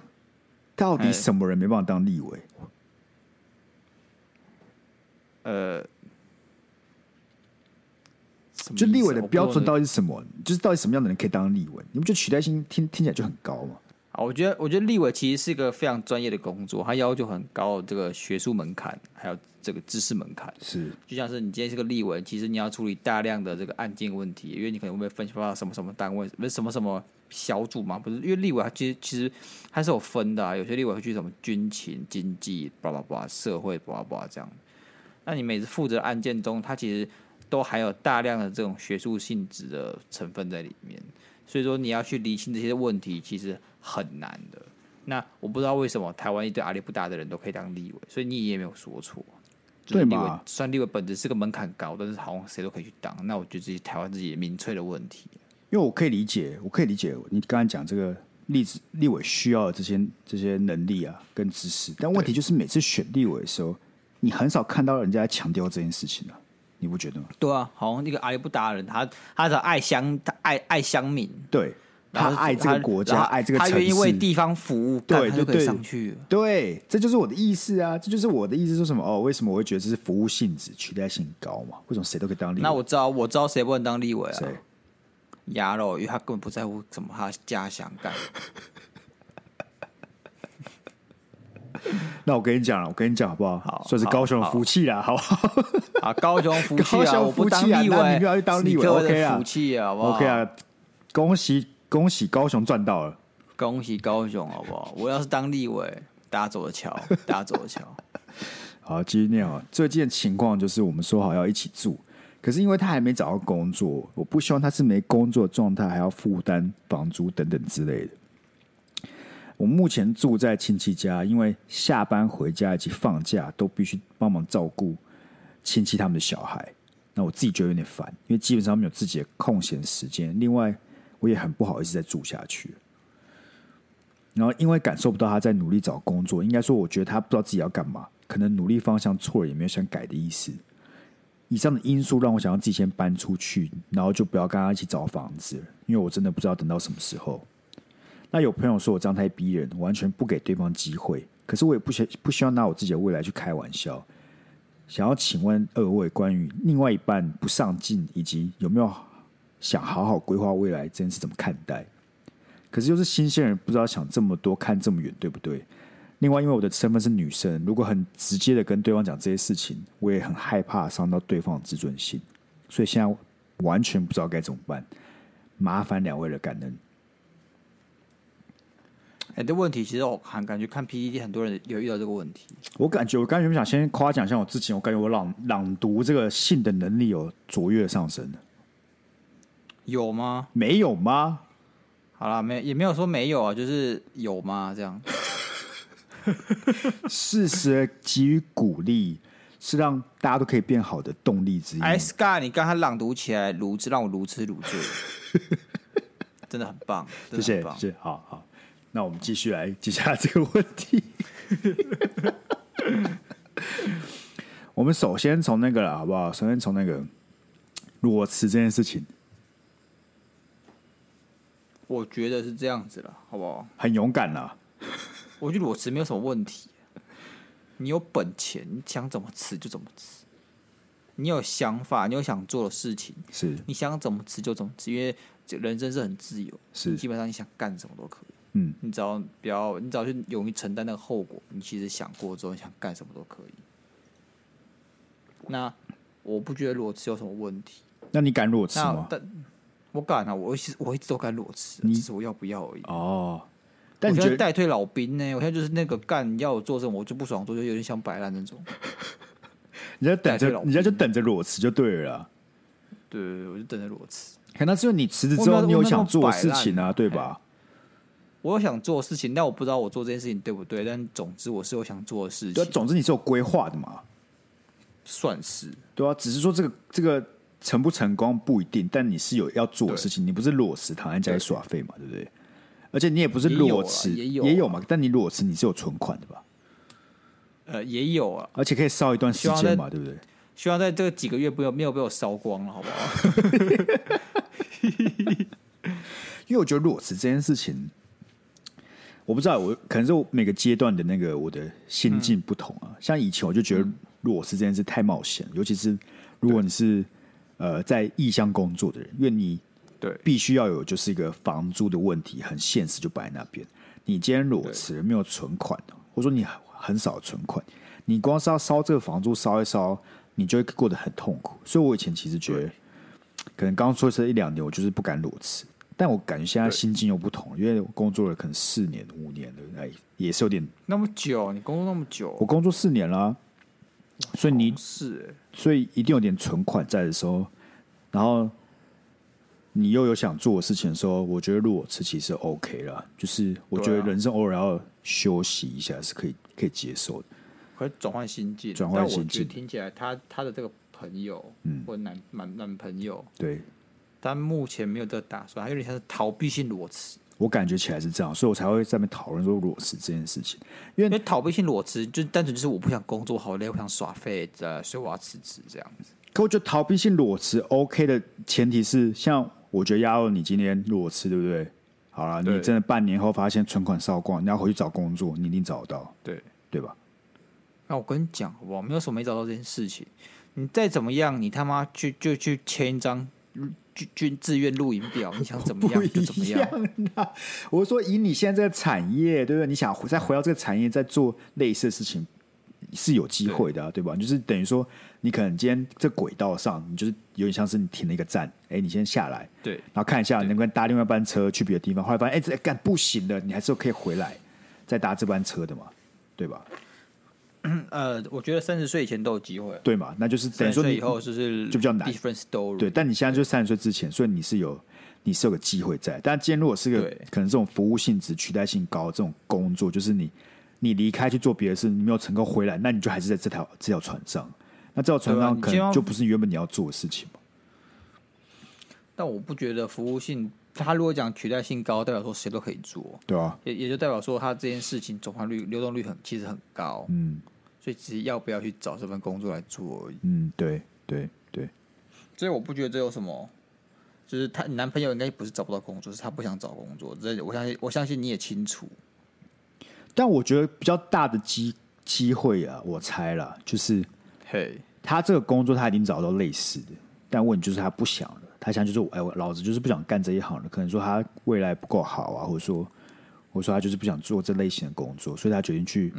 Speaker 2: 到底
Speaker 1: 哎
Speaker 2: 什么人没办法当立委？
Speaker 1: 呃，什么
Speaker 2: 就立委
Speaker 1: 意
Speaker 2: 的
Speaker 1: 思啊
Speaker 2: 标
Speaker 1: 我
Speaker 2: 准。
Speaker 1: 不懂
Speaker 2: 到底是什么？就是到底什么样的人可以当立委？你不觉得取代性听听起来就很高吗？
Speaker 1: 啊，我觉得，我觉得立委其实是一个非常专业的工作，它要求很高的这个学术门槛，还有这个知识门槛。
Speaker 2: 是
Speaker 1: 就像是你今天是个立委，其实你要处理大量的这个案件问题，因为你可能会被分发到什么什么单位，不是什么什么小组嘛？不是，因为立委它其实其实它是有分的、啊，有些立委会去什么军情、经济、巴拉巴拉、社会、巴拉巴拉这样。那你每次负责的案件中，它其实都含有大量的这种学术性质的成分在里面，所以说你要去理清这些问题，其实很难的。那我不知道为什么台湾一堆阿里不达的人都可以当立委，所以你也没有说错。就是
Speaker 2: 对
Speaker 1: 立
Speaker 2: 嘛
Speaker 1: 委，虽然立委本质是个门槛高，但是好像谁都可以去当。那我觉得这是台湾自己民粹的问题。
Speaker 2: 因为我可以理解，我可以理解你刚才讲这个例子，立委需要的这些这些能力啊跟知识，但问题就是每次选立委的时候，你很少看到人家在强调这件事情啊，你不觉得吗？
Speaker 1: 对啊，好像一个阿里不达的人，他他只爱乡，他爱爱乡民，
Speaker 2: 对他
Speaker 1: 然后
Speaker 2: 爱这个
Speaker 1: 他
Speaker 2: 国家，
Speaker 1: 然后
Speaker 2: 爱这个
Speaker 1: 他
Speaker 2: 城市，
Speaker 1: 愿意为地方服务，
Speaker 2: 对
Speaker 1: 干他就
Speaker 2: 对
Speaker 1: 可以
Speaker 2: 对
Speaker 1: 上去了。
Speaker 2: 对，这就是我的意思啊，这就是我的意思，说什么哦？为什么我会觉得这是服务性质取代性高嘛？为什么谁都可以当立委？
Speaker 1: 那我知道，我知道谁不能当立委啊？
Speaker 2: 谁？
Speaker 1: 鸭肉，因为他根本不在乎什么他家乡干。
Speaker 2: 那我跟你讲了，我跟你讲好不好？
Speaker 1: 好
Speaker 2: 算是高雄的
Speaker 1: 好
Speaker 2: 福气啦，好不好
Speaker 1: 啊，高雄福气
Speaker 2: 高
Speaker 1: 啊，
Speaker 2: 雄
Speaker 1: 我不当
Speaker 2: 福气啊
Speaker 1: 立委，
Speaker 2: 那你不要去当立委
Speaker 1: 是你各位
Speaker 2: OK
Speaker 1: 的
Speaker 2: 啊
Speaker 1: 福气啊，好不好
Speaker 2: ？OK 啊，恭喜恭喜高雄赚到了。
Speaker 1: 恭喜高雄，好不好？我要是当立委，大家走着瞧， 大家走着瞧。
Speaker 2: 好，继续念啊。最近的情况就是我们说好要一起住，可是因为他还没找到工作，我不希望他是没工作的状态，还要负担房租等等之类的。我目前住在亲戚家，因为下班回家以及放假都必须帮忙照顾亲戚他们的小孩，那我自己觉得有点烦，因为基本上没有自己的空闲时间。另外，我也很不好意思再住下去。然后因为感受不到他在努力找工作，应该说我觉得他不知道自己要干嘛，可能努力方向错了，也没有想改的意思。以上的因素让我想要自己先搬出去，然后就不要跟他一起找房子了，因为我真的不知道等到什么时候。那有朋友说我这样太逼人，完全不给对方机会，可是我也不希不希望拿我自己的未来去开玩笑。想要请问二位关于另外一半不上进以及有没有想好好规划未来这件事怎么看待？可是又是新鲜人，不知道想这么多，看这么远，对不对？另外，因为我的身份是女生，如果很直接的跟对方讲这些事情，我也很害怕伤到对方的自尊心，所以现在完全不知道该怎么办。麻烦两位了，感恩。
Speaker 1: 哎、这问题其实我看感觉看 PPT 很多人有遇到这个问题，
Speaker 2: 我感觉我刚原本想先夸奖一下我自己，我感觉我朗朗读这个信的能力有卓越上升，
Speaker 1: 有吗？
Speaker 2: 没有吗？
Speaker 1: 好啦，没也没有说没有啊，就是有吗？这样，
Speaker 2: 适时地给予鼓励是让大家都可以变好的动力之一。
Speaker 1: 哎，Sky，你刚才朗读起来如痴，让我如痴如 醉，真的很棒，
Speaker 2: 谢
Speaker 1: 真的
Speaker 2: 谢
Speaker 1: 很，棒。
Speaker 2: 谢谢，好好，那我们继续来解下这个问题。 我们首先从那个了，好不好？首先从那个裸辞这件事情，
Speaker 1: 我觉得是这样子了，好不好？
Speaker 2: 很勇敢啦。
Speaker 1: 我觉得裸辞没有什么问题，你有本钱，你想怎么吃就怎么吃，你有想法，你有想做的事情，
Speaker 2: 是
Speaker 1: 你想怎么吃就怎么吃，因为这人生是很自由，
Speaker 2: 是
Speaker 1: 基，本上你想干什么都可以。
Speaker 2: 嗯，
Speaker 1: 你只要不要，你只要去勇于承担那个后果，你其实想过之后，你想干什么都可以。那我不觉得裸辞有什么问题。
Speaker 2: 那你敢裸辞
Speaker 1: 那
Speaker 2: 吗？
Speaker 1: 但我敢啊，我其实我一直都敢裸辞，啊
Speaker 2: 你
Speaker 1: 只是我要不要而已。
Speaker 2: 哦，但
Speaker 1: 我
Speaker 2: 你
Speaker 1: 现在
Speaker 2: 觉得
Speaker 1: 带退老兵呢、我现在就是那个干要我做什么我就不爽做，就有点像摆烂那种。
Speaker 2: 你在等
Speaker 1: 带退
Speaker 2: 着
Speaker 1: 老，
Speaker 2: 你在就等着裸辞就对了啦。
Speaker 1: 对对对，我就等着裸辞。
Speaker 2: 可能是因为你辞职
Speaker 1: 我
Speaker 2: 之
Speaker 1: 没
Speaker 2: 后，
Speaker 1: 有
Speaker 2: 你
Speaker 1: 我
Speaker 2: 有
Speaker 1: 没有那
Speaker 2: 想
Speaker 1: 么
Speaker 2: 做的
Speaker 1: 摆
Speaker 2: 事
Speaker 1: 烂
Speaker 2: 情啊，对吧？
Speaker 1: 我有想做的事情，但我不知道我做这件事情对不对。但总之我是有想做的事
Speaker 2: 对啊，
Speaker 1: 情，
Speaker 2: 总之你是有规划的嘛。
Speaker 1: 算是
Speaker 2: 对啊，只是说这个这个成不成功不一定，但你是有要做的
Speaker 1: 对
Speaker 2: 事情，你不是裸辞躺在家里
Speaker 1: 对
Speaker 2: 耍废嘛，对不对？而且你也不是
Speaker 1: 也有啊
Speaker 2: 裸辞，
Speaker 1: 也有啊
Speaker 2: 嘛，但你裸辞你是有存款的吧？
Speaker 1: 呃也有啊，
Speaker 2: 而且可以烧一段时
Speaker 1: 希望
Speaker 2: 间嘛，对不对？
Speaker 1: 希望在这几个月不要没有被我烧光了，好不好？
Speaker 2: 因为我觉得裸辞这件事情，我不知道，我可能是我每个阶段的那个我的心境不同啊。像以前我就觉得裸辞这件事太冒险，尤其是如果你是呃在异乡工作的人，因为你
Speaker 1: 对
Speaker 2: 必须要有就是一个房租的问题，很现实就摆在那边。你今天裸辞没有存款，啊或者说你很少存款，你光是要烧这个房租烧一烧，你就会过得很痛苦。所以我以前其实觉得，可能刚出社一两年，我就是不敢裸辞。但我感觉现在心境又不同了，因为我工作了可能四年五年了，哎，也是有点。
Speaker 1: 那么久，你工作那么
Speaker 2: 我
Speaker 1: 久，
Speaker 2: 工作四年啦、啊所以你
Speaker 1: 是、欸、
Speaker 2: 所以一定有点存款在的时候，然后你又有想做的事情的时候，我觉得裸辞其实 OK 啦，就是我觉
Speaker 1: 对
Speaker 2: 得
Speaker 1: 啊
Speaker 2: 人生偶尔要休息一下是可以可以接受的。
Speaker 1: 可以转换心境，
Speaker 2: 转换
Speaker 1: 但我
Speaker 2: 心
Speaker 1: 觉得
Speaker 2: 境嗯
Speaker 1: 听起来他他的这个朋友，或男男男朋友，
Speaker 2: 对
Speaker 1: 他目前没有这个打算，他有点像是逃避性裸辞。
Speaker 2: 我感觉起来是这样，所以我才会在那边讨论说裸辞这件事情。
Speaker 1: 因为逃避性裸辞就单纯就是我不想工作，好累，我想耍废，呃，所以我要辞职这样子。
Speaker 2: 可我觉得逃避性裸辞 OK 的前提是，像我觉得亚欧你今天裸辞对不对？好了，你
Speaker 1: 对
Speaker 2: 真的半年后发现存款烧光，你要回去找工作，你一定找得到，
Speaker 1: 对，
Speaker 2: 对吧？
Speaker 1: 那我跟你讲好不好？没有什么没找到这件事情。你再怎么样，你他妈去就去签一张军军自愿录影表，你想怎么
Speaker 2: 不
Speaker 1: 样就怎么
Speaker 2: 一样
Speaker 1: 样。
Speaker 2: 啊！我说以你现在这个产业，对不对？你想再回到这个产业再做类似的事情，是有机会的、啊，对吧？就是等于说，你可能今天这轨道上，你就是有点像是你停了一个站，哎，你先下来，
Speaker 1: 对
Speaker 2: 然后看一下能不能搭另外一班车去别的地方。后来发现，哎，这干不行了，你还是可以回来再搭这班车的嘛，对吧？
Speaker 1: 呃，我觉得三十岁以前都有机会，
Speaker 2: 对嘛？那就是等
Speaker 1: 三
Speaker 2: 于
Speaker 1: 十
Speaker 2: 说
Speaker 1: 岁
Speaker 2: 你
Speaker 1: 以后就是
Speaker 2: 就比较难
Speaker 1: different story。
Speaker 2: 对，但你现在就三十岁之前，所以你是有你是有个机会在。但今天如果是个
Speaker 1: 对
Speaker 2: 可能这种服务性质、取代性高这种工作，就是你你离开去做别的事，你没有成功回来，那你就还是在这条这条船上。那这条船
Speaker 1: 对啊
Speaker 2: 上
Speaker 1: 你
Speaker 2: 可
Speaker 1: 今
Speaker 2: 能
Speaker 1: 天
Speaker 2: 就不是原本你要做的事情嘛？
Speaker 1: 但我不觉得服务性，他如果讲取代性高，代表说谁都可以做，
Speaker 2: 对啊，
Speaker 1: 也也就代表说他这件事情转换率、流动率很其实很高，
Speaker 2: 嗯
Speaker 1: 所以只是要不要去找这份工作来做而已。
Speaker 2: 嗯，对对对，
Speaker 1: 所以我不觉得这有什么，就是她你男朋友应该不是找不到工作，是他不想找工作。这我相信，我相信你也清楚。
Speaker 2: 但我觉得比较大的机机会啊，我猜啦，就是
Speaker 1: 嘿，
Speaker 2: 他这个工作他已经找到类似的，但问题就是他不想了，他想就是我哎，我老子就是不想干这一行了。可能说他未来不够好啊，或者说，我说他就是不想做这类型的工作，所以他决定去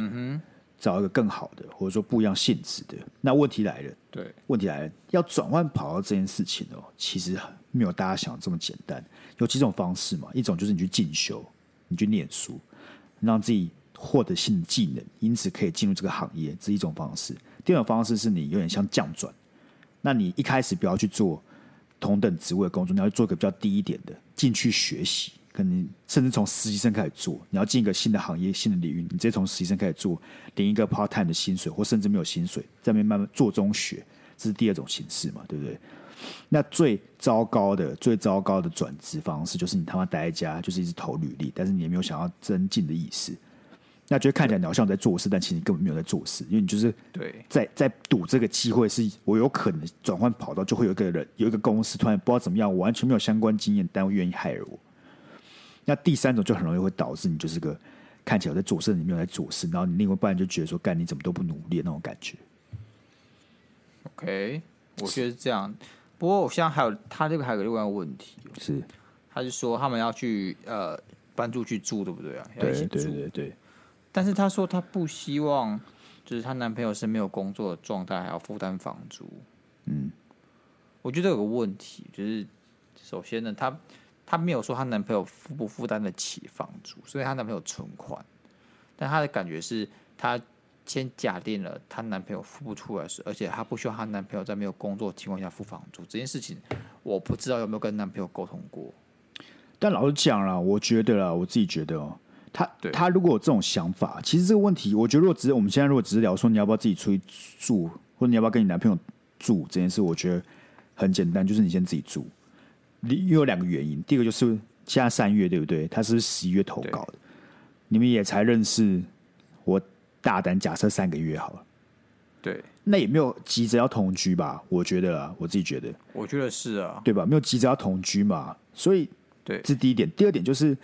Speaker 2: 找一个更好的，或者说不一样性质的。那问题来了，
Speaker 1: 对，
Speaker 2: 问题来了，要转换跑道这件事情哦，其实没有大家想的这么简单。有几种方式嘛，一种就是你去进修，你去念书，让自己获得新的技能，因此可以进入这个行业，这是一种方式。第二种方式是你有点像降转，那你一开始不要去做同等职位的工作，你要去做一个比较低一点的，进去学习，可能甚至从实习生开始做。你要进一个新的行业、新的领域，你直接从实习生开始做，领一个 part time 的薪水，或甚至没有薪水，在那边慢慢做中学，这是第二种形式嘛，对不对？那最糟糕的、最糟糕的转职方式，就是你他妈待在家，就是一直投履历，但是你也没有想要增进的意思。那觉得看起来你好像在做事，但其实你根本没有在做事，因为你就是
Speaker 1: 对，
Speaker 2: 在在赌这个机会，是我有可能转换跑道，就会有一个人有一个公司突然不知道怎么样，我完全没有相关经验，单位愿意 hire 我。那第三种就很容易会导致你就是个看起来有在做事，你没有在做事，然后你另外一半就觉得说，干你怎么都不努力的那种感觉。
Speaker 1: OK，我觉得是这样。不过我现在还有他这个还有另外一个问题，
Speaker 2: 是，
Speaker 1: 他就说他们要去呃搬出去住，对不对啊？要一起
Speaker 2: 对
Speaker 1: 住
Speaker 2: 对对对，
Speaker 1: 但是她说她不希望，就是她男朋友是没有工作的状态，还要负担房租。
Speaker 2: 嗯，
Speaker 1: 我觉得有个问题，就是首先呢，她她没有说她男朋友负不负担得起房租，所以她男朋友存款，但她的感觉是她先假定了她男朋友付不出来时，而且她不希望她男朋友在没有工作的情况下付房租这件事情，我不知道有没有跟男朋友沟通过。
Speaker 2: 但老实讲啦，我觉得啦，我自己觉得哦、他
Speaker 1: 对
Speaker 2: 他如果有这种想法，其实这个问题，我觉得如果只是我们现在如果只是聊说你要不要自己出去住，或者你要不要跟你男朋友住这件事，我觉得很简单，就是你先自己住。你又有两个原因，第一个就是现在三月对不对？他是十一月投稿的，你们也才认识，我大胆假设三个月好了，
Speaker 1: 对，
Speaker 2: 那也没有急着要同居吧？我觉得啦，我自己觉得，
Speaker 1: 我觉得是啊，
Speaker 2: 对吧？没有急着要同居嘛，所以
Speaker 1: 对
Speaker 2: 这是第一点。第二点就是，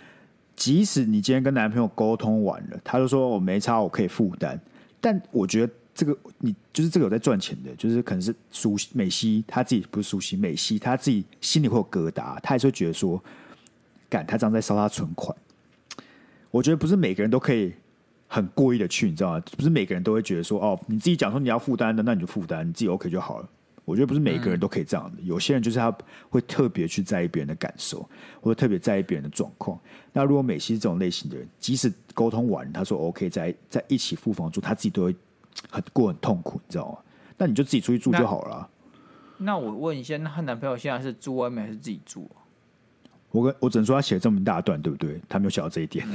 Speaker 2: 即使你今天跟男朋友沟通完了，他就说我没差，我可以负担，但我觉得这个你就是这个有在赚钱的，就是可能是苏美西他自己不是苏西美西他自己心里会有疙瘩，他还是会觉得说，干他这样在烧他存款。我觉得不是每个人都可以很过意的去，你知道吗？不是每个人都会觉得说，哦，你自己讲说你要负担的，那你就负担，你自己 OK 就好了。我觉得不是每个人都可以这样的，有些人就是他会特别去在意别人的感受，或者特别在意别人的状况。那如果美西这种类型的人，即使沟通完，他说 OK，在在一起付房租，他自己都会很过很痛苦，你知道吗？那你就自己出去住就好了啊。
Speaker 1: 那我问一下，那她男朋友现在是住外面还是自己住啊、
Speaker 2: 我跟我只能说他写了这么一大段，对不对？他没有想到这 一点。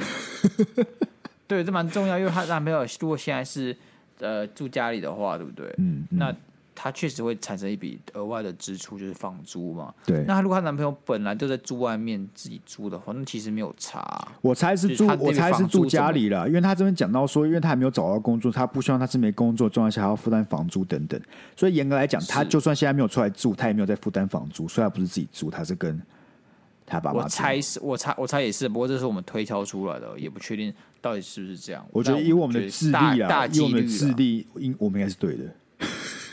Speaker 1: 对，这蛮重要，因为她男朋友如果现在是呃住家里的话，对不对？
Speaker 2: 嗯，嗯
Speaker 1: 那她确实会产生一笔额外的支出，就是房租嘛。
Speaker 2: 对
Speaker 1: 那她如果她男朋友本来就在住外面自己租的话，那其实没有差啊、
Speaker 2: 我猜是住
Speaker 1: 就是他，那个
Speaker 2: 我猜是
Speaker 1: 房租
Speaker 2: 住家里了，因为他这边讲到说，因为他还没有找到工作，他不希望他是没工作的状态下还要负担房租等等，所以严格来讲，他就算现在没有出来住，他也没有在负担房租，所以他不是自己住，他是跟他爸
Speaker 1: 啊
Speaker 2: 妈
Speaker 1: 我
Speaker 2: 住。
Speaker 1: 猜是，我猜，我猜也是，不过这是我们推敲出来的，也不确定到底是不是这样。
Speaker 2: 我觉得
Speaker 1: 但
Speaker 2: 以我们
Speaker 1: 觉
Speaker 2: 的
Speaker 1: 得
Speaker 2: 智
Speaker 1: 大
Speaker 2: 力啊，
Speaker 1: 大
Speaker 2: 以
Speaker 1: 几
Speaker 2: 我们
Speaker 1: 率
Speaker 2: 的智
Speaker 1: 啦
Speaker 2: 力，应我们应该是对的，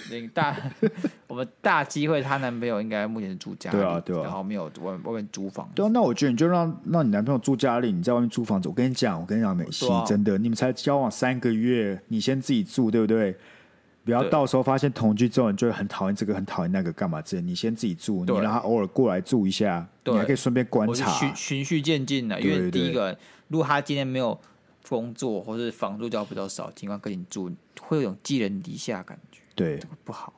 Speaker 1: 那大， 我们大机会，她男朋友应该目前是住家里，
Speaker 2: 对啊对啊
Speaker 1: 然后没有外外面租房。
Speaker 2: 对啊。那我觉得你就让让你男朋友住家里，你在外面租房子。我跟你讲，我跟你讲，美西、
Speaker 1: 对啊
Speaker 2: 真的，你们才交往三个月，你先自己住，对不对？不要
Speaker 1: 对
Speaker 2: 到时候发现同居之后，你就会很讨厌这个，很讨厌那个，干嘛之类的。你先自己住，你
Speaker 1: 对
Speaker 2: 让他偶尔过来住一下，
Speaker 1: 对
Speaker 2: 你还可以顺便观
Speaker 1: 我是
Speaker 2: 察。
Speaker 1: 循循序渐进的，因
Speaker 2: 啊对
Speaker 1: 为第
Speaker 2: 对
Speaker 1: 一个，如果他今天没有工作或是房租交比较少，尽管跟你住，会有种寄人篱下的感觉，
Speaker 2: 对，
Speaker 1: 这个不好，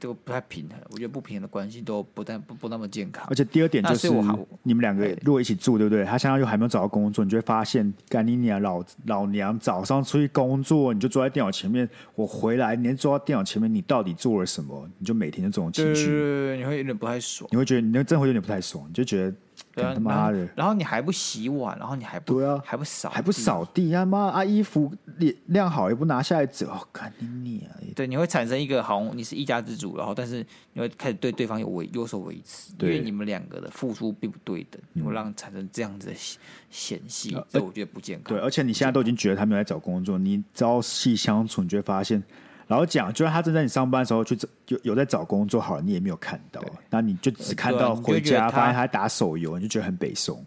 Speaker 1: 这个不太平衡。我觉得不平衡的关系都不但不不那么健康
Speaker 2: 而。且第二点就
Speaker 1: 那
Speaker 2: 是
Speaker 1: 所以我还，
Speaker 2: 你们两个
Speaker 1: 哎
Speaker 2: 如果一起住，对不对？他相当于还没有找到工作，你就会发现，干你娘老老娘早上出去工作，你就坐在电脑前面，我回来，你连坐到电脑前面，你到底做了什么？你就每天就这种
Speaker 1: 对
Speaker 2: 情
Speaker 1: 对对
Speaker 2: 绪，
Speaker 1: 对，你会有点不太爽。
Speaker 2: 你会觉得你那真的会有点不太爽，你就觉得，
Speaker 1: 对啊
Speaker 2: 干他，
Speaker 1: 然
Speaker 2: 妈
Speaker 1: 后
Speaker 2: 的，
Speaker 1: 然后你还不洗碗，然后你还不
Speaker 2: 对啊
Speaker 1: 还不扫，
Speaker 2: 还不。扫地，他妈啊衣服晾晾好也不拿下来折，哦干你娘！
Speaker 1: 对，你会产生一个好像你是一家之主，然后但是你会开始对对方有维有所维持，因
Speaker 2: 对嗯
Speaker 1: 为你们两个的付出并不对等，你会让产生这样子的嫌嫌隙，这我觉得不健康
Speaker 2: 啊呃对，。而且你现在都已经觉得他没有在找工作，你朝夕相处，你就会发现，老实讲，就算他正在你上班的时候去找有有在找工作，好了，你也没有看到，那你就只看到
Speaker 1: 对你就
Speaker 2: 回
Speaker 1: 会觉得
Speaker 2: 家
Speaker 1: 他
Speaker 2: 发现他在打手游，你就觉得很北宋。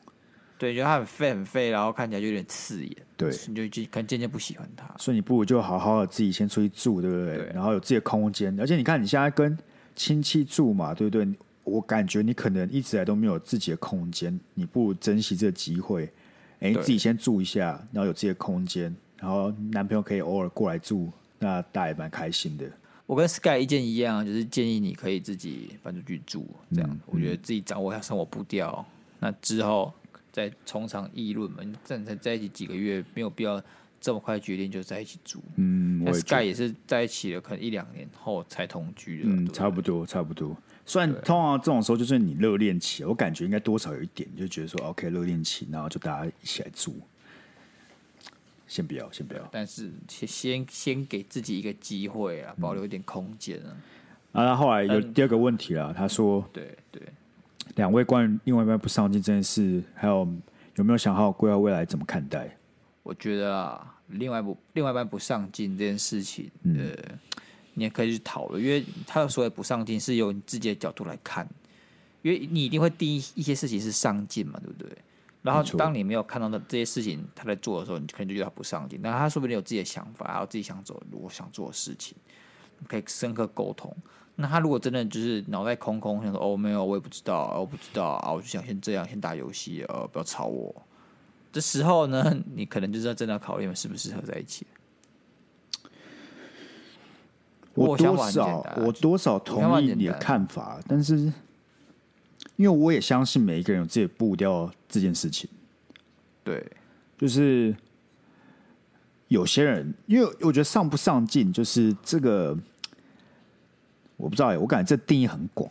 Speaker 1: 对，就他很废很废，然后看起来就有点刺眼，
Speaker 2: 对
Speaker 1: 你就就可能渐渐不喜欢他。
Speaker 2: 所以你不如就好好的自己先出去住，对不对？
Speaker 1: 对
Speaker 2: 然后有自己的空间，而且你看你现在跟亲戚住嘛，对不对？你我感觉你可能一直以来都没有自己的空间，你不如珍惜这个机会，哎、
Speaker 1: 对
Speaker 2: 自己先住一下，然后有自己的空间，然后男朋友可以偶尔过来住，那大家也蛮开心的。
Speaker 1: 我跟 Sky 意见一样啊，就是建议你可以自己搬出去住，这样、
Speaker 2: 嗯
Speaker 1: 我觉得自己掌握一下生活步调，那之后再从长议论嘛。你正才在一起几个月，没有必要这么快决定就在一起住。
Speaker 2: 嗯，
Speaker 1: 那
Speaker 2: 我也觉得
Speaker 1: Sky 也是在一起了，可能一两年后才同居的，
Speaker 2: 嗯，
Speaker 1: 对啊
Speaker 2: 差不多，差不多。虽然通常这种时候，就是你热恋期，我感觉应该多少有一点，就觉得说 OK，热恋期，然后就大家一起来住。先不要，先不要。
Speaker 1: 但是先先先给自己一个机会啊，保留一点空间啊。
Speaker 2: 啊，那后来有
Speaker 1: 嗯
Speaker 2: 第二个问题啦，他说
Speaker 1: 对对，
Speaker 2: 两位关于另外一半不上进这件事，还有有没有想好好规划未来怎么看待？
Speaker 1: 我觉得啊，另外不另外一半不上进这件事情，
Speaker 2: 嗯
Speaker 1: 呃，你也可以去讨论，因为他所谓不上进是由你自己的角度来看，因为你一定会定义一些事情是上进嘛，对不对？然后
Speaker 2: 没错
Speaker 1: 当你没有看到的这些事情他在做的时候，你可能就觉得他不上进。那他说不定有自己的想法，还有自己想走的路、想做的事情，你可以深刻沟通。那他如果真的就是脑袋空空，想说哦没有，我也不知道，哦我不知道啊，我就想先这样，先打游戏，呃，不要吵我。这时候呢，你可能就是要真的要考虑你们适不适合在一起。我想
Speaker 2: 多
Speaker 1: 法很简
Speaker 2: 少
Speaker 1: 单啊
Speaker 2: 我多少
Speaker 1: 想法
Speaker 2: 同
Speaker 1: 很
Speaker 2: 意
Speaker 1: 简
Speaker 2: 你的
Speaker 1: 单
Speaker 2: 看法，但是因为我也相信每一个人有自己的步调这件事情。
Speaker 1: 对，
Speaker 2: 就是有些人，因为我觉得上不上进，就是这个，我不知道哎、我感觉这定义很广。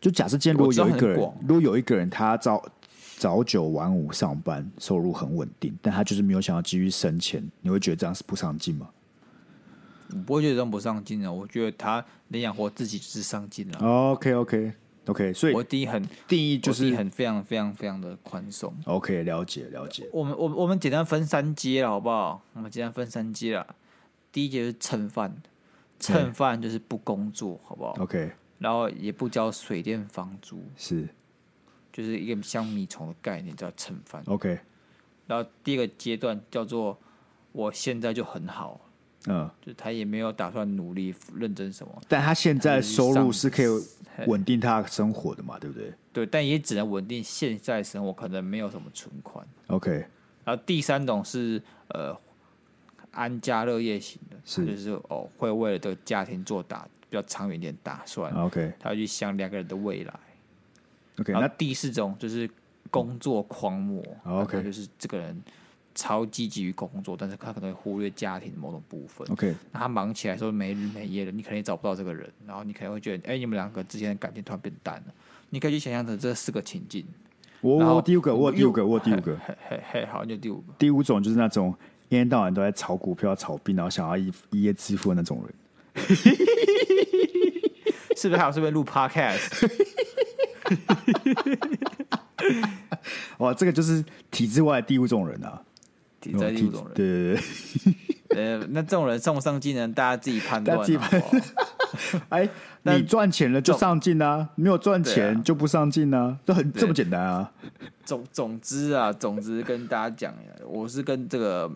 Speaker 2: 就假设今天如果有一个
Speaker 1: 我
Speaker 2: 人
Speaker 1: 知道很广，
Speaker 2: 如果有一个人他早早九晚五上班，收入很稳定，但他就是没有想要继续升迁，你会觉得这样是不上进吗？
Speaker 1: 我不会觉得这种不上进啊的，我觉得他能养活自己就是上进了。
Speaker 2: OK OK OK，所以
Speaker 1: 我第一很
Speaker 2: 定义就
Speaker 1: 我第一
Speaker 2: 是
Speaker 1: 很非常非常非常的宽松。
Speaker 2: OK，了解了解。
Speaker 1: 我们我们我们简单分三阶了，好不好？我们简单分三阶了。第一阶就是蹭饭，蹭饭就是不工作，好不好？
Speaker 2: OK，
Speaker 1: 然后也不交水电房租，
Speaker 2: 是
Speaker 1: 就是一个像米虫的概念，叫蹭饭。
Speaker 2: OK，
Speaker 1: 然后第二个阶段叫做我现在就很好，
Speaker 2: 嗯，
Speaker 1: 就是他也没有打算努力认真什么，
Speaker 2: 但他现在收入
Speaker 1: 上
Speaker 2: 是可以稳定他的生活的嘛，对不对
Speaker 1: 对，但也只能稳定现在生活，可能没有什么存款。
Speaker 2: ？OK，
Speaker 1: 然后第三种是呃安家乐业型的，
Speaker 2: 是
Speaker 1: 就是哦会为了这个家庭做打比较长远一点打算，
Speaker 2: OK
Speaker 1: 他去想两个人的未来。
Speaker 2: OK，
Speaker 1: 然后
Speaker 2: 那
Speaker 1: 第四种就是工作狂魔
Speaker 2: 哦，OK
Speaker 1: 他就是这个人超积极于工作，但是他可能会忽略家庭的某种部分。
Speaker 2: OK
Speaker 1: 那他忙起来的时候没日没夜的，你可能也找不到这个人，然后你可能会觉得，哎、你们两个之间的感情突然变淡了。你可以去想象成这四个情境。然
Speaker 2: 我
Speaker 1: 后
Speaker 2: 我第五个，我有第五个，
Speaker 1: 又
Speaker 2: 我有第五个，
Speaker 1: 嘿嘿嘿，好，你就第五个。
Speaker 2: 第五种就是那种一天到晚都在炒股票、炒币，然后想要一一夜致富的那种人。
Speaker 1: 是不是还有顺便录 podcast？
Speaker 2: 哇，哦这个就是体制外的第五种人啊，
Speaker 1: 体在第五种人，
Speaker 2: 对对对 对，
Speaker 1: 呃，那这种人上不上进呢？大家自己判断
Speaker 2: 大家自己
Speaker 1: 啊，好不好
Speaker 2: 哎，你赚钱了就上进啊，没有赚
Speaker 1: 对
Speaker 2: 钱
Speaker 1: 啊
Speaker 2: 就不上进啊，这很这么简单啊。
Speaker 1: 总总之啊，总之跟大家讲一下，我是跟这个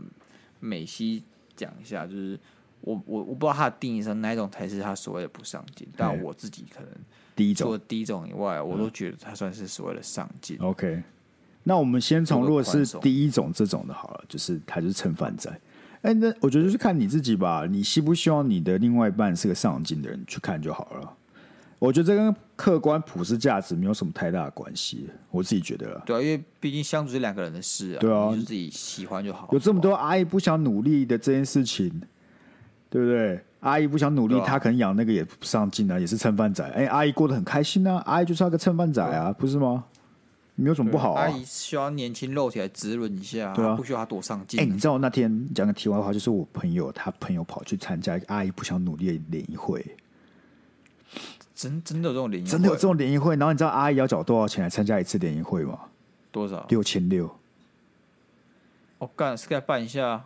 Speaker 1: 美西讲一下，就是我我我不知道他的定义上哪一种才是他所谓的不上进，但我自己可能
Speaker 2: 第一
Speaker 1: 除了
Speaker 2: 种
Speaker 1: 第一种以外，我都觉得他算是所谓的上进。
Speaker 2: OK，那我们先从
Speaker 1: 做个
Speaker 2: 如果是
Speaker 1: 宽松
Speaker 2: 第一种这种的好了，就是他就是蹭饭仔。哎，那我觉得就是看你自己吧，你希不希望你的另外一半是个上进的人，去看就好了。我觉得这跟客观普世价值没有什么太大的关系，我自己觉得啦。
Speaker 1: 对啊，因为毕竟相处是两个人的事啊，
Speaker 2: 对啊
Speaker 1: 你就自己喜欢就好。
Speaker 2: 有这么多阿姨不想努力的这件事情，对不对？阿姨不想努力，
Speaker 1: 对啊
Speaker 2: 她可能养那个也不上进啊，也是蹭饭仔。哎，阿姨过得很开心啊，阿姨就是那个蹭饭仔啊，不是吗？没有什么不好啊。
Speaker 1: 阿姨需要年轻肉体来滋润一下，
Speaker 2: 对啊
Speaker 1: 不需要他多上进
Speaker 2: 哎、。你知道我那天讲个题外话，就是我朋友他朋友跑去参加一个阿姨不想努力的联谊会，
Speaker 1: 真真的有这种嗯联谊会，
Speaker 2: 真的有这种联谊会。然后你知道阿姨要缴多少钱来参加一次联谊会吗？
Speaker 1: 多少？
Speaker 2: 六千六。
Speaker 1: 我干，Sky 办一下。啊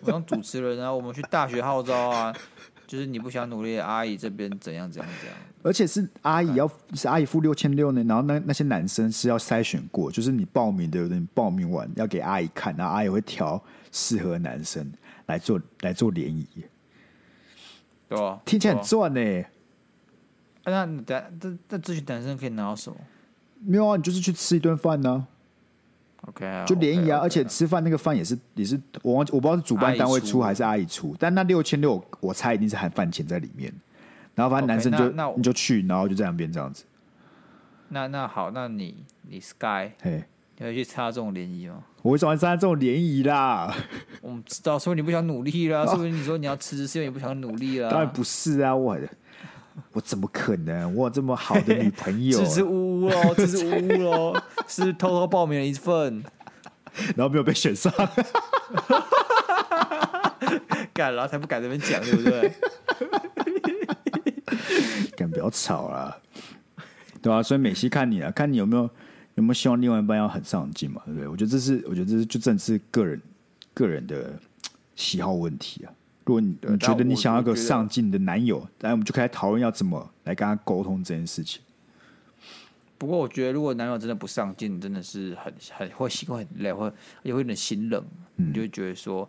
Speaker 1: 我当主持人啊，我们去大学号召啊，就是你不想努力，阿姨这边怎样怎样怎样。
Speaker 2: 而且是阿姨要是阿姨付六千六呢，然后那那些男生是要筛选过，就是你报名的，你报名完要给阿姨看，然后阿姨会挑适合的男生来做来做联谊，
Speaker 1: 对吧？哎
Speaker 2: 听起来
Speaker 1: 对
Speaker 2: 很
Speaker 1: 吧
Speaker 2: 赚呢、
Speaker 1: 啊那你等下这这这群男生可以拿到什么？
Speaker 2: 没有啊，你就是去吃一顿饭呢，
Speaker 1: OK 啊，
Speaker 2: 就联谊啊
Speaker 1: OK，OK
Speaker 2: 而且吃饭那个饭也是也是我忘记我不知道是主办单位
Speaker 1: 阿姨
Speaker 2: 出
Speaker 1: 出
Speaker 2: 还是阿姨出，但那六千六我猜一定是含饭钱在里面。然后反正
Speaker 1: OK，
Speaker 2: 男生就
Speaker 1: 那那我
Speaker 2: 你就去，然后就在那边这样子，
Speaker 1: 那那好，那你你 Sky
Speaker 2: 嘿，
Speaker 1: 你会去参加这种联谊吗？
Speaker 2: 我为什么要参加这种联谊啦？
Speaker 1: 我们知道，说明你不想努力啦，说明你说你要辞职是因为你不想努力啦。
Speaker 2: 当然不是啊，我我怎么可能？我有这么好的女朋 友
Speaker 1: 支，支吾吾哦，支支吾吾哦，是不是偷偷报名了一份，
Speaker 2: 然后没有被选上，
Speaker 1: 敢然后才不敢这边讲，对不对？
Speaker 2: 敢不要吵啦，对吧、所以美西看你啊，看你有没有有没有希望另外一半要很上进嘛，对不对？我觉得这是，我觉得这是就正是个人个人的喜好问题啊。如果你
Speaker 1: 对
Speaker 2: 你觉得
Speaker 1: 嗯但
Speaker 2: 你
Speaker 1: 我
Speaker 2: 想要一个
Speaker 1: 我觉得
Speaker 2: 上进的男友，来我们就可以来讨论要怎么来跟他沟通这件事情。
Speaker 1: 不过我觉得，如果男友真的不上进，真的是很很会心会很累，会也会有点心冷，你就会觉得说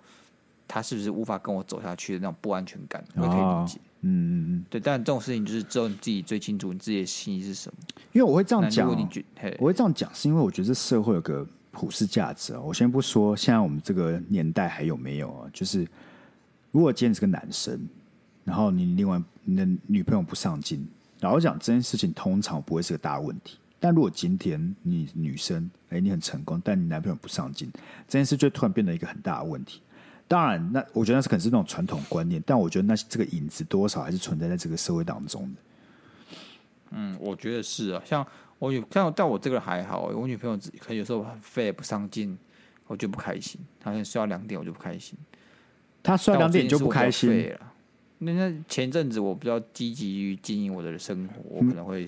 Speaker 1: 他是不是无法跟我走下去的那种不安全感，我也可以理解。
Speaker 2: 嗯嗯嗯，
Speaker 1: 对，但这种事情就是只有你自己最清楚你自己的心意是什么。
Speaker 2: 因为我会这样
Speaker 1: 那如
Speaker 2: 讲、
Speaker 1: 果
Speaker 2: 哦
Speaker 1: 你觉嘿，
Speaker 2: 我会这样讲，是因为我觉得这社会有个普世价值啊、我先不说现在我们这个年代还有没有啊，就是如果今天你是个男生，然后你另外你的女朋友不上进，然后讲这件事情通常不会是个大问题。但如果今天你女生，哎、你很成功，但你男朋友不上进，这件事就突然变得一个很大的问题。当然，那我觉得那是可能是那种传统观念，但我觉得那这个影子多少还是存在在这个社会当中的。
Speaker 1: 嗯，我觉得是啊，像我有像但我这个人还好，欸我女朋友只可能有时候很废不上进，我就不开心。她可能睡到两点我就不开心，
Speaker 2: 他摔
Speaker 1: 但我
Speaker 2: 两
Speaker 1: 最
Speaker 2: 点你
Speaker 1: 近
Speaker 2: 就是不
Speaker 1: 我比较
Speaker 2: 开心，
Speaker 1: 废啊了。那那前阵子我比较积极于经营我的生活，我可能会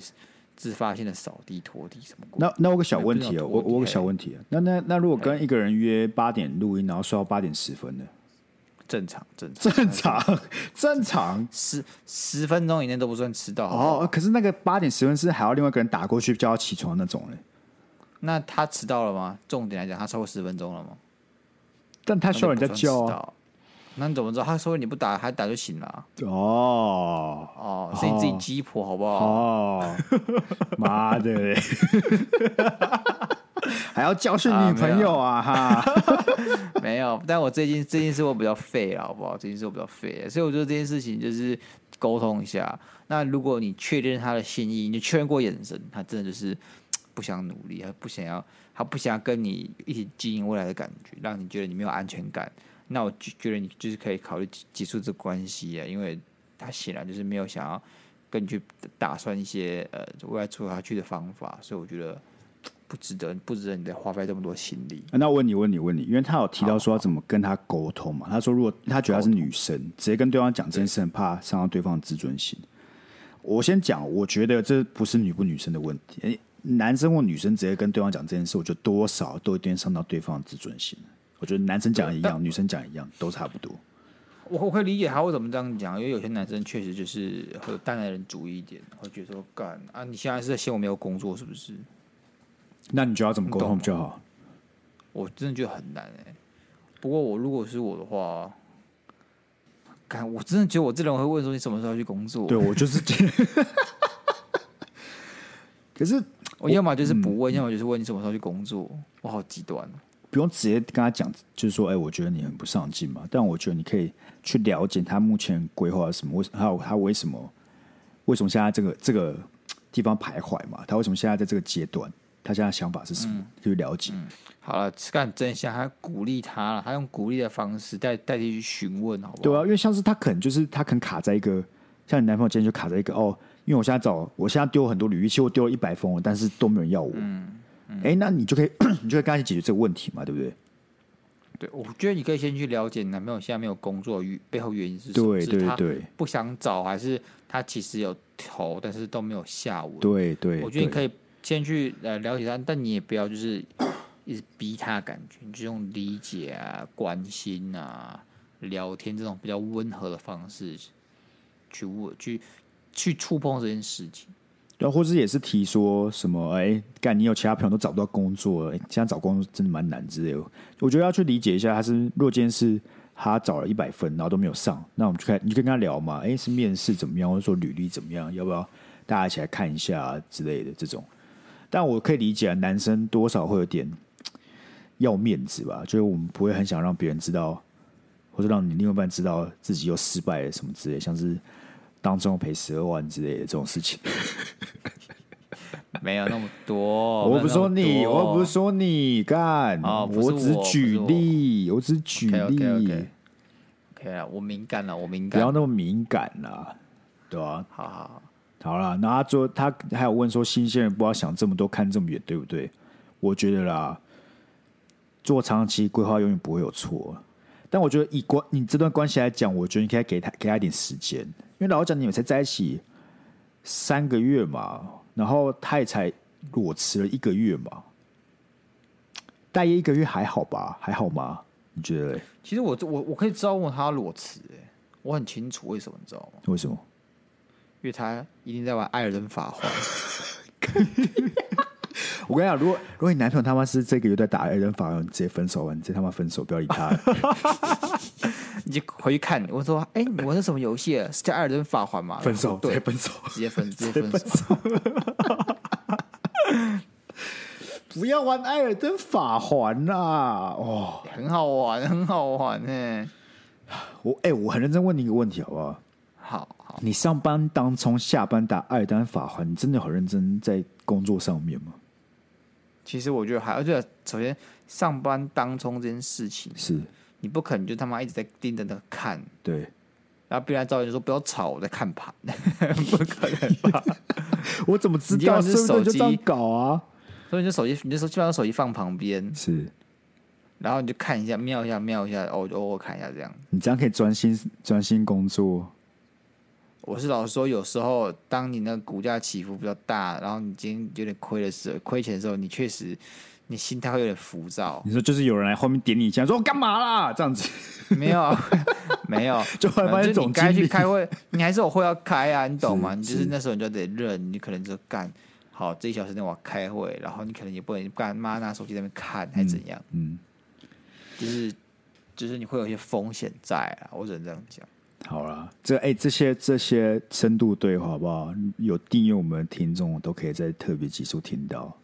Speaker 1: 自发性的扫地、拖地什么鬼。
Speaker 2: 嗯那那我有个小问题
Speaker 1: 哎
Speaker 2: 啊，
Speaker 1: 不
Speaker 2: 我
Speaker 1: 能拖地
Speaker 2: 我有个小问题啊，那那那如果
Speaker 1: 哎
Speaker 2: 跟一个人约八点录音，然后睡到八点十分呢？
Speaker 1: 正常正常
Speaker 2: 正常正常
Speaker 1: 十十分钟以内都不算迟到。好不好
Speaker 2: 哦，可是那个八点十分是还要另外一个人打过去叫他起床那种嘞，
Speaker 1: 那他迟到了吗？重点来讲，他超过十分钟了吗？
Speaker 2: 但他需要人家
Speaker 1: 那就不算
Speaker 2: 叫
Speaker 1: 迟
Speaker 2: 啊。
Speaker 1: 到。那你怎么知道？他说你不打，他打就醒了啊、
Speaker 2: 哦
Speaker 1: 哦，是你自己鸡婆好不好？
Speaker 2: 哦，妈的嘞，还要教训
Speaker 1: 啊
Speaker 2: 女朋友啊哈！
Speaker 1: 没有，但我最近最近是我比较废了，好不好？最近是我比较废了，所以我觉得这件事情就是沟通一下。那如果你确认他的心意，你确认过眼神，他真的就是嘖不想努力，他不想要，他不想要跟你一起经营未来的感觉，让你觉得你没有安全感。那我就觉得你就是可以考虑结结束这关系啊，因为他显然就是没有想要跟你去打算一些呃未来走下去的方法，所以我觉得嘖不值得，不值得你再花费这么多心力。
Speaker 2: 那我问你问你问你，因为他有提到说要怎么跟他沟通嘛，他说如果他觉得他是女生，直接跟对方讲这件事，很怕伤到对方的自尊心。我先讲，我觉得这不是女不女生的问题，诶男生或女生直接跟对方讲这件事，我觉得多少都有点伤到对方的自尊心。我觉得男生讲一样，女生讲一样，都差不多。
Speaker 1: 我我可以理解他为什么这样讲，因为有些男生确实就是会有大男人主义一点，会觉得说干啊，你现在是在嫌我没有工作是不是？
Speaker 2: 那你觉得要怎么沟通
Speaker 1: 你懂
Speaker 2: 比较好？
Speaker 1: 我真的觉得很难哎、不过我如果是我的话，干我真的觉得我这人会问说你什么时候要去工作？
Speaker 2: 对，我就是这样。 可是
Speaker 1: 我要么就是不
Speaker 2: 嗯
Speaker 1: 问，要么就是问你什么时候去工作。我好极端哦，
Speaker 2: 不用直接跟他讲，就是说，哎、我觉得你很不上进嘛。但我觉得你可以去了解他目前规划是什么，为还有他为什么为什么现在这个这个嘖地方徘徊嘛？他为什么现在在这个阶段？他现在想法是什么？
Speaker 1: 嗯
Speaker 2: 去了解。
Speaker 1: 好了，干真相，他鼓励他了，他用鼓励的方式代代替去询问，好不好？
Speaker 2: 对啊，因为像是他可能就是他可能卡在一个，像你男朋友今天就卡在一个哦，因为我现在找我现在丢很多履历，其实我丢了一百封了，但是都没有人要我。嗯，哎、那你就可以 你就可以跟他去解决这个问题嘛，对不对？
Speaker 1: 对，我觉得你可以先去了解你男朋友现在没有工作的原背后原因是什么，
Speaker 2: 对
Speaker 1: 是他
Speaker 2: 对对
Speaker 1: 不想找，还是他其实有投，但是都没有下文。
Speaker 2: 对对，
Speaker 1: 我觉得你可
Speaker 2: 以
Speaker 1: 以先去呃了解他，但你也不要就是 一直逼他的感觉，你就用理解啊、关心啊、聊天这种比较温和的方式去问、去去触碰这件事情。
Speaker 2: 然后或者也是提说什么，哎、干你有其他朋友都找不到工作了，哎现在找工作真的蛮难之类的。我觉得要去理解一下，他是若今天是他找了一百分，然后都没有上，那我们就开你就跟他聊嘛，哎、是啊面试怎么样，或者说履历怎么样，要不要大家一起来看一下、之类的这种。但我可以理解啊，男生多少会有点要面子吧，就是我们不会很想让别人知道，或者让你另外一半知道自己又失败了什么之类，像是当中赔十二万之类的这种事情。
Speaker 1: 没有那么多。
Speaker 2: 我不是说
Speaker 1: 没
Speaker 2: 你，
Speaker 1: 有那么哦
Speaker 2: 我
Speaker 1: 多
Speaker 2: 又不是说你干，
Speaker 1: 哦不是
Speaker 2: 我只
Speaker 1: 我不
Speaker 2: 举
Speaker 1: 是我
Speaker 2: 例，我只举例
Speaker 1: OK，OK，OK OK 啊，我敏感了，我敏
Speaker 2: 不
Speaker 1: 感。
Speaker 2: 要
Speaker 1: 好
Speaker 2: 那么敏感啦，对吧、
Speaker 1: 好好，
Speaker 2: 好啦，那他最后他还有问说，新鲜人不要想这么多，看这么远，对不对？我觉得啦，做长期规划永远不会有错。但我觉得以关你这段关系来讲，我觉得你应该给他给他一点时间，因为老实讲你们才在一起三个月嘛，然后他也才裸辞了一个月嘛，待业一个月还好吧？还好吗？你觉得嘞
Speaker 1: 其实我我我可以知道问他裸辞、欸，我很清楚为什么，你知道吗？
Speaker 2: 为什么？
Speaker 1: 因为他一定在玩艾尔登法环。
Speaker 2: 我跟你讲，如果如果你男朋友他妈是这个月在打哎人法，你直接分手吧，你直接他妈分手，不要理他。
Speaker 1: 你就回去看，我说，哎、你玩的什么游戏啊？是叫《艾尔登法环》吗？
Speaker 2: 分手，
Speaker 1: 对，
Speaker 2: 分手，
Speaker 1: 直接分，直接分手。
Speaker 2: 不要玩艾尔登法环啦！哦，
Speaker 1: 很好玩， 很好玩呢、
Speaker 2: 我哎、我很认真问你一个问题好不好？
Speaker 1: 好好，
Speaker 2: 你上班当冲，下班打艾尔登法环，你真的很认真在工作上面吗？
Speaker 1: 其实我觉得还，而且首先上班当中这件事情，
Speaker 2: 是，
Speaker 1: 你不可能就他妈一直在盯着那个看，
Speaker 2: 对，
Speaker 1: 然后别人来找你说不要吵，我在看盘。
Speaker 2: 我怎么知
Speaker 1: 你今
Speaker 2: 道？
Speaker 1: 晚
Speaker 2: 是
Speaker 1: 是
Speaker 2: 不是
Speaker 1: 手
Speaker 2: 就
Speaker 1: 机
Speaker 2: 这样搞啊？
Speaker 1: 所以你就手机，你就说基本上手机放旁边，
Speaker 2: 是
Speaker 1: 然后你就看一下，瞄一下，瞄一下，哦偶偶尔看一下这样。
Speaker 2: 你这样可以专心专心工作，
Speaker 1: 我是老实说，有时候当你那个股价起伏比较大，然后你今天有点亏的时候，亏钱的时候，你确实你心态会有点浮 躁。
Speaker 2: 你说就是有人来后面点你一下，说我干嘛啦？这样子
Speaker 1: 没有， 没有，
Speaker 2: 就后来发
Speaker 1: 反正就
Speaker 2: 现总
Speaker 1: 你
Speaker 2: 经
Speaker 1: 该去
Speaker 2: 理
Speaker 1: 开会，你还是有会要开啊，你懂吗？你就是是那时候你就得认，你可能就干好这一小时内我要开会，然后你可能也不能干妈拿手机在那边看，还怎样？
Speaker 2: 嗯，
Speaker 1: 就是就是你会有一些风险在啊，我只能这样讲。
Speaker 2: 好啦，这哎、这些这些深度对话好不好？有订阅我们的听众都可以在特别集数听到。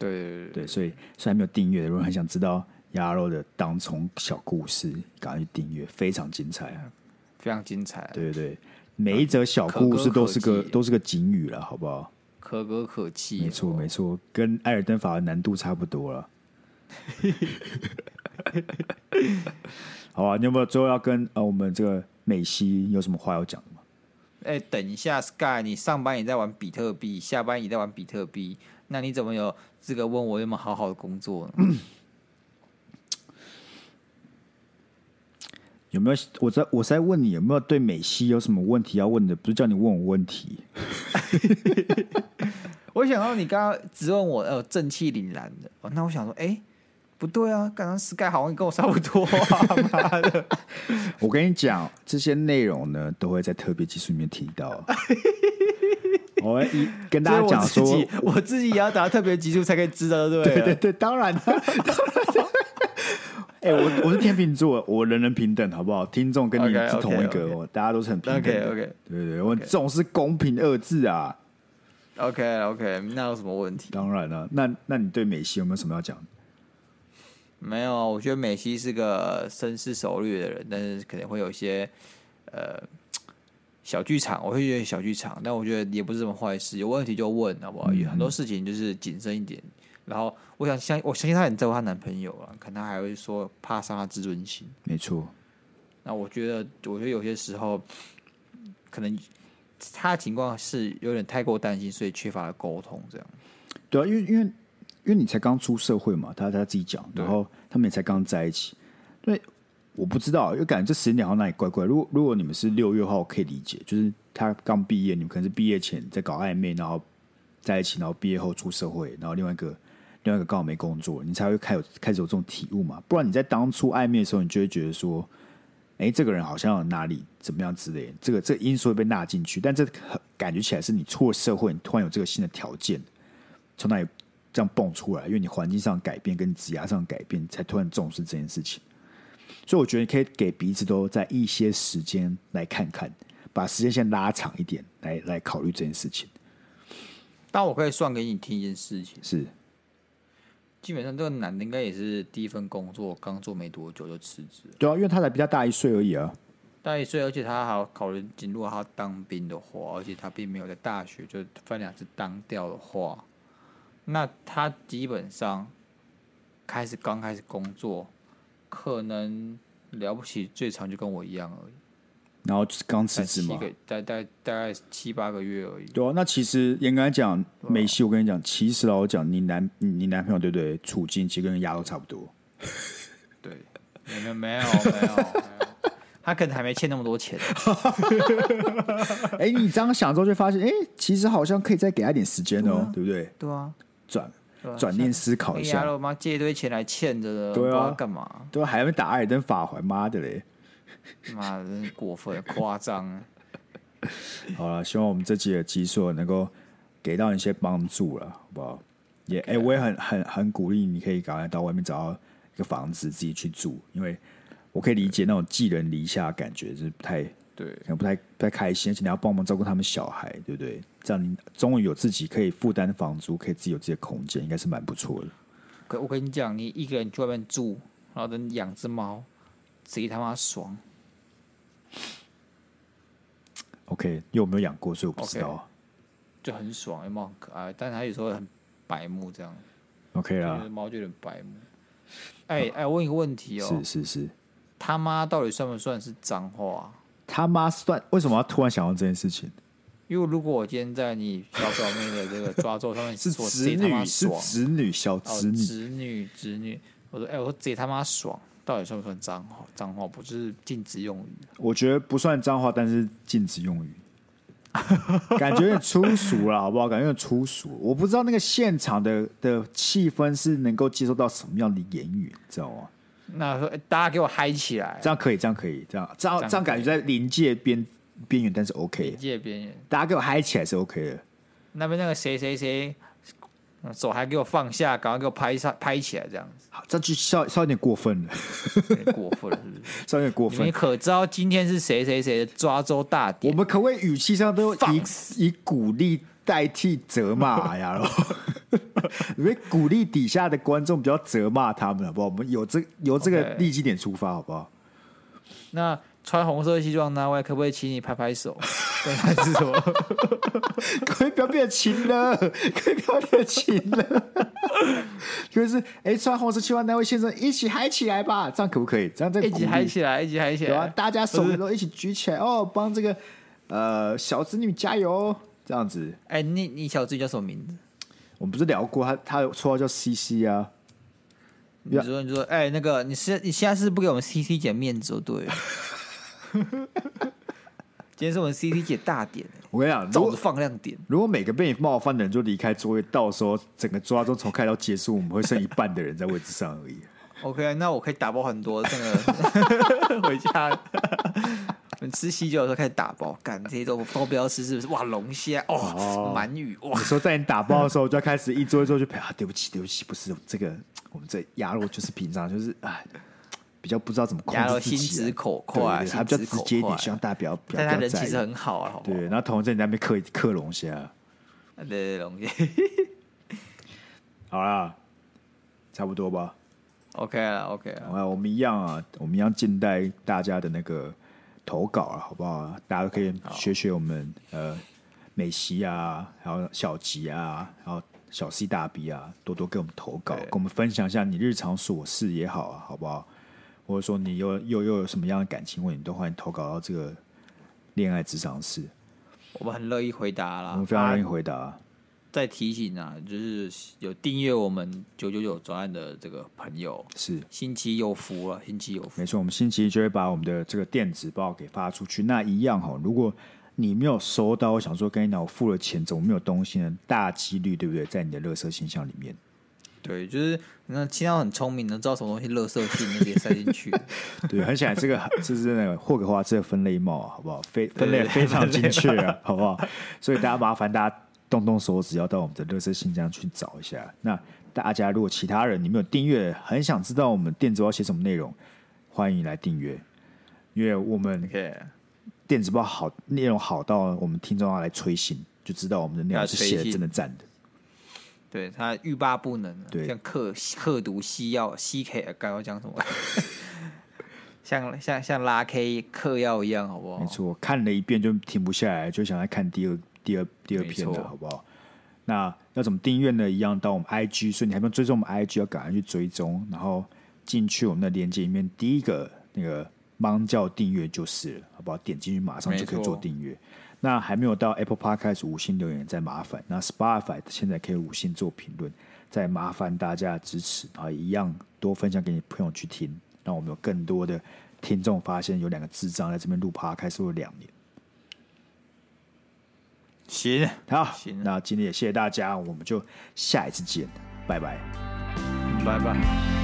Speaker 1: 对对对
Speaker 2: 对，所以虽然没有订阅的，如果很想知道鸭肉的当从小故事，赶快去订阅，非常精彩啊！
Speaker 1: 非常精彩啊，
Speaker 2: 对对对，每一则小故事都是
Speaker 1: 可歌
Speaker 2: 个
Speaker 1: 可泣
Speaker 2: 都是个警语了，好不好？
Speaker 1: 可歌可泣。啊
Speaker 2: 没错没错，跟《艾尔登法》的难度差不 多了。好啊，你有没有最后要跟呃我们这个美西有什么话要讲的吗？
Speaker 1: 哎、等一下，Sky，你上班也在玩比特币，下班也在玩比特币，那你怎么有资格问我有没有好好的工作呢？
Speaker 2: 有没有？我在我是在问你有没有对美西有什么问题要问的？不是叫你问我问题。
Speaker 1: 我想到你刚刚只问我呃正气凛然的，哦，那我想说，哎、不对啊，刚刚 Sky 好像跟我差不多啊， 妈的，
Speaker 2: 我跟你讲，这些内容呢都会在特别技术里面提 到。我会一跟大家讲
Speaker 1: 所以我自
Speaker 2: 说
Speaker 1: 己，我自己也要打特别级数才可以知道，对不对？啊
Speaker 2: 对对对，当然的，当然的。哎、我我是天秤座，我人人平等，好不好？听众跟你
Speaker 1: OK，OK，
Speaker 2: 是同一个哦，大家都是很平等的。
Speaker 1: OK，OK
Speaker 2: 对对对，我很重视公平二字啊。
Speaker 1: OK OK，那有什么问题？
Speaker 2: 当然了、那那你对美西有没有什么要讲？
Speaker 1: 没有啊，我觉得美西是个深思熟虑的人，但是可能会有一些呃小剧场，我会觉得小剧场，但我觉得也不是什么坏事，有问题就问，好不好？有很多事情就是谨慎一点。然后我想相，我相信她很在乎她男朋友啊，可能她还会说怕伤她自尊心。
Speaker 2: 没错，
Speaker 1: 那我觉得，我觉得有些时候可能她的情况是有点太过担心，所以缺乏了沟通，这样。
Speaker 2: 对啊，因为因为因为你才刚出社会嘛，他他自己讲，然后他们也才刚在一起，对，我不知道，因为感觉这时间点好像哪里怪怪。如果如果你们是六月的话，我可以理解，就是他刚毕业，你们可能是毕业前在搞暧昧，然后在一起，然后毕业后出社会，然后另外一个另外一个刚好没工作，你才会开始开始有这种体悟嘛。不然你在当初暧昧的时候，你就会觉得说。哎，这个人好像有哪里怎么样之类的，这个这个因素会被纳进去，但这很感觉起来是你出了社会，你突然有这个新的条件，从哪里这样蹦出来？因为你环境上改变跟职涯上改变，才突然重视这件事情。所以我觉得你可以给彼此都在一些时间来看看，把时间线拉长一点，来来考虑这件事情。
Speaker 1: 但我可以算给你听一件事情，
Speaker 2: 是
Speaker 1: 基本上这个男的应该也是第一份工作刚做没多久就辞职了，
Speaker 2: 对啊，因为他才比他大一岁而已啊。
Speaker 1: 大一岁，而且他还要考虑进，如果他要当兵的话，而且他并没有在大学就呃分两次当掉的话，那他基本上开始刚开始工作，可能了不起最长就跟我一样而已，
Speaker 2: 然后刚辞
Speaker 1: 才
Speaker 2: 职
Speaker 1: 七
Speaker 2: 嘛，
Speaker 1: 个，大大大概七八个月而已。
Speaker 2: 对啊，那其实严格来讲，美西，我跟你讲，其实老实讲，你男你你男朋友对不对？处境其实跟丫都差不多。
Speaker 1: 对，没有没有没有，没有他可能还没欠那么多钱。
Speaker 2: 哎、你这样想之后就发现，哎、其实好像可以再给他一点时间哦、对不对？
Speaker 1: 对啊，
Speaker 2: 转
Speaker 1: 对啊
Speaker 2: 转念思考一
Speaker 1: 哎呀，
Speaker 2: 下，
Speaker 1: 我妈借一堆钱来欠着的，
Speaker 2: 对啊
Speaker 1: 不知道干嘛？
Speaker 2: 对啊，还没打艾尔登法环，妈的嘞！
Speaker 1: 妈的，真是过分夸张。
Speaker 2: 好了，希望我们这集的集数能够给到你一些帮助了，好不好？也哎、我也很很很鼓励你可以赶快到外面找到一个房子自己去住，因为我可以理解那种寄人篱下的感觉，就是不太
Speaker 1: 对
Speaker 2: 可能不太不太开心，而且你要帮忙照顾他们小孩，对不对？这样你终于有自己可以负担房租，可以自己有自己的空间，应该是蛮不错的。
Speaker 1: 可我跟你讲，你一个人去外面住，然后等养只猫，贼他妈爽。
Speaker 2: OK，因为我没有养过，所以我不知道。
Speaker 1: 就很爽，因为猫很可爱，但是它有时候很白目，这样，
Speaker 2: OK
Speaker 1: 就
Speaker 2: 啦
Speaker 1: 是，猫就有点白目。哎哎，我问一个问题哦
Speaker 2: 是，是是，
Speaker 1: 他妈到底算不算是脏话啊？
Speaker 2: 他妈算为什么要突然想到这件事情？
Speaker 1: 因为如果我今天在你小表妹的这个抓周上面
Speaker 2: 是
Speaker 1: 说
Speaker 2: 子
Speaker 1: 贼他妈
Speaker 2: 女，是
Speaker 1: 爽，
Speaker 2: 子女，小
Speaker 1: 哦，
Speaker 2: 子女。
Speaker 1: 侄女，侄女，我说，哎、我说贼他妈爽，到底算不算脏话？脏话不是禁止用语，
Speaker 2: 我觉得不算脏话，但是禁止用语， 感觉有点粗俗了，好不好？感觉有点粗俗。我不知道那个现场的的气氛是能够接受到什么样的言语，你知道吗？
Speaker 1: 那说、哎大家给我嗨起来
Speaker 2: 这，样可以，这样可以，这样
Speaker 1: 这
Speaker 2: 这样
Speaker 1: 样
Speaker 2: 这样感觉在临界边边缘，但是
Speaker 1: 临
Speaker 2: OK，
Speaker 1: 界边缘，
Speaker 2: 大家给我嗨起来是 OK 的。
Speaker 1: 那边那个谁谁谁，嗯手还给我放下，赶快给我拍上拍起来，这样子，
Speaker 2: 好，这就稍稍有点过分了，
Speaker 1: 有点过分了，是不是？
Speaker 2: 稍有点 过
Speaker 1: 你们
Speaker 2: 分。
Speaker 1: 可知道今天是谁谁谁的抓周大
Speaker 2: 我
Speaker 1: 典？
Speaker 2: 们可不可以语气上都
Speaker 1: 放
Speaker 2: 以以鼓励代替责 骂呀？然后因为鼓励底下的观众比较责骂他们，好不好？我们有这由这个
Speaker 1: OK
Speaker 2: 利基点出发，好不好？
Speaker 1: 那穿红色西装那位，可不可以请你拍拍 手？对，还是什么？
Speaker 2: 可以不要变情了，可以不要变情了。就是哎、穿红色西装那位先生一起嗨起来吧，这样可不可以？这样再
Speaker 1: 一
Speaker 2: 鼓
Speaker 1: 起嗨
Speaker 2: 励
Speaker 1: 起来，一起嗨起
Speaker 2: 对啊，
Speaker 1: 来！
Speaker 2: 大家手都一起举起来哦，帮这个呃小子女加油哦，这样子。
Speaker 1: 哎、你你小子叫什么名字？
Speaker 2: 我们不是聊过他，他有绰号叫 CC 啊，
Speaker 1: 你说你说，哎、那个你是你现在是不给我们 CC 姐面子就哦 对了。今天是我们 CC 姐大典，
Speaker 2: 我跟你讲，如
Speaker 1: 照着
Speaker 2: 果
Speaker 1: 放亮点。
Speaker 2: 如果每个被你冒犯的人就离开座位，到时候整个抓周从开到结束，我们会剩一半的人在位置上而已。
Speaker 1: OK，那我啊可以打包很多，这个 回家。你吃喜酒的时候开始打包，干这些都都不要吃，是不是？哇，龙虾哦，鳗鱼哇
Speaker 2: 有，时候在你打包的时候，就要开始一桌一桌就啊，对不起，对不起，不是这个，我们这鸭肉就是平常就是哎，比较不知道怎么控
Speaker 1: 鸭肉
Speaker 2: 制自己啊，
Speaker 1: 心直口
Speaker 2: 对
Speaker 1: 快
Speaker 2: 对对他比较
Speaker 1: 心直
Speaker 2: 直
Speaker 1: 口
Speaker 2: 接一
Speaker 1: 快
Speaker 2: 点，希望大家不要不要
Speaker 1: 但他
Speaker 2: 不要
Speaker 1: 人
Speaker 2: 在
Speaker 1: 其
Speaker 2: 意
Speaker 1: 实。很好啊，好不好
Speaker 2: 对，？然后同时在你那边刻刻龙虾，
Speaker 1: 对对，龙虾
Speaker 2: 好啦，差不多吧。
Speaker 1: OK 了，OK 了。
Speaker 2: 啊，我们一样啊，我们一样静待大家的那个投稿啊，好不好啊？大家都可以学学我们呃美西啊，还有小吉啊，还有小 C 大 B 啊，多多给我们投稿，
Speaker 1: 对
Speaker 2: 跟我们分享一下你日常琐事也好啊，好不好？或者说你又又又有什么样的感情问题，都欢迎投稿到这个恋爱职场室，
Speaker 1: 我们很乐意回答啦。
Speaker 2: 我们非常
Speaker 1: 啊
Speaker 2: 愿意回答啊、
Speaker 1: 再提醒啊，就是有订阅我们九九九专案的这个朋友，
Speaker 2: 是。
Speaker 1: 星期有福了，星期有福。
Speaker 2: 没错，我们星期一就会把我们的这个电子报给发出去。那一样哈，如果你没有收到，我想说跟你讲，我付了钱，怎么没有东西呢？大几率对不对，在你的垃圾信箱里面。
Speaker 1: 对，就是那听到很聪明的，知道什么东西垃圾性，那也塞进 去。
Speaker 2: 对，很显然这个这是那个霍格华兹的分类帽啊，好不好？非分类得非常精确啊，好不好？所以大家麻烦大家动动手指，要到我们的乐色信箱去找一下。那大家如果其他人你们有订阅，很想知道我们电子报写什么内容，欢迎来订阅，因为我们
Speaker 1: OK，
Speaker 2: 电子报好内容好到我们听众要来催信，就知道我们的尿是写的真的赞的。
Speaker 1: 对他欲罢不能啊，
Speaker 2: 对
Speaker 1: 像克克毒西药 C K 刚刚讲什 么？像像像拉 K 嗑药一样，好不好？
Speaker 2: 没错，看了一遍就停不下来，就想来看第二、第二、第二篇
Speaker 1: 没
Speaker 2: 了，
Speaker 1: 错
Speaker 2: 好不好？那要怎么订阅呢？一样到我们 IG，所以你还没有追踪我们 IG，要赶快去追踪，然后进去我们的链接里面，第一个那个芒叫订阅就是了，好不好？点进去马上就可以
Speaker 1: 没错
Speaker 2: 做订阅。那还没有到 Apple Podcast 五星留言再麻烦，那 Spotify 现在可以五星做评论，再麻烦大家的支持啊，然后一样多分享给你朋友去听，让我们有更多的听众发现有两个智障在这边录 Podcast 录了两年。
Speaker 1: 行，
Speaker 2: 好
Speaker 1: 行，啊
Speaker 2: 那今天也谢谢大家，我们就下一次见，拜拜。
Speaker 1: 拜拜。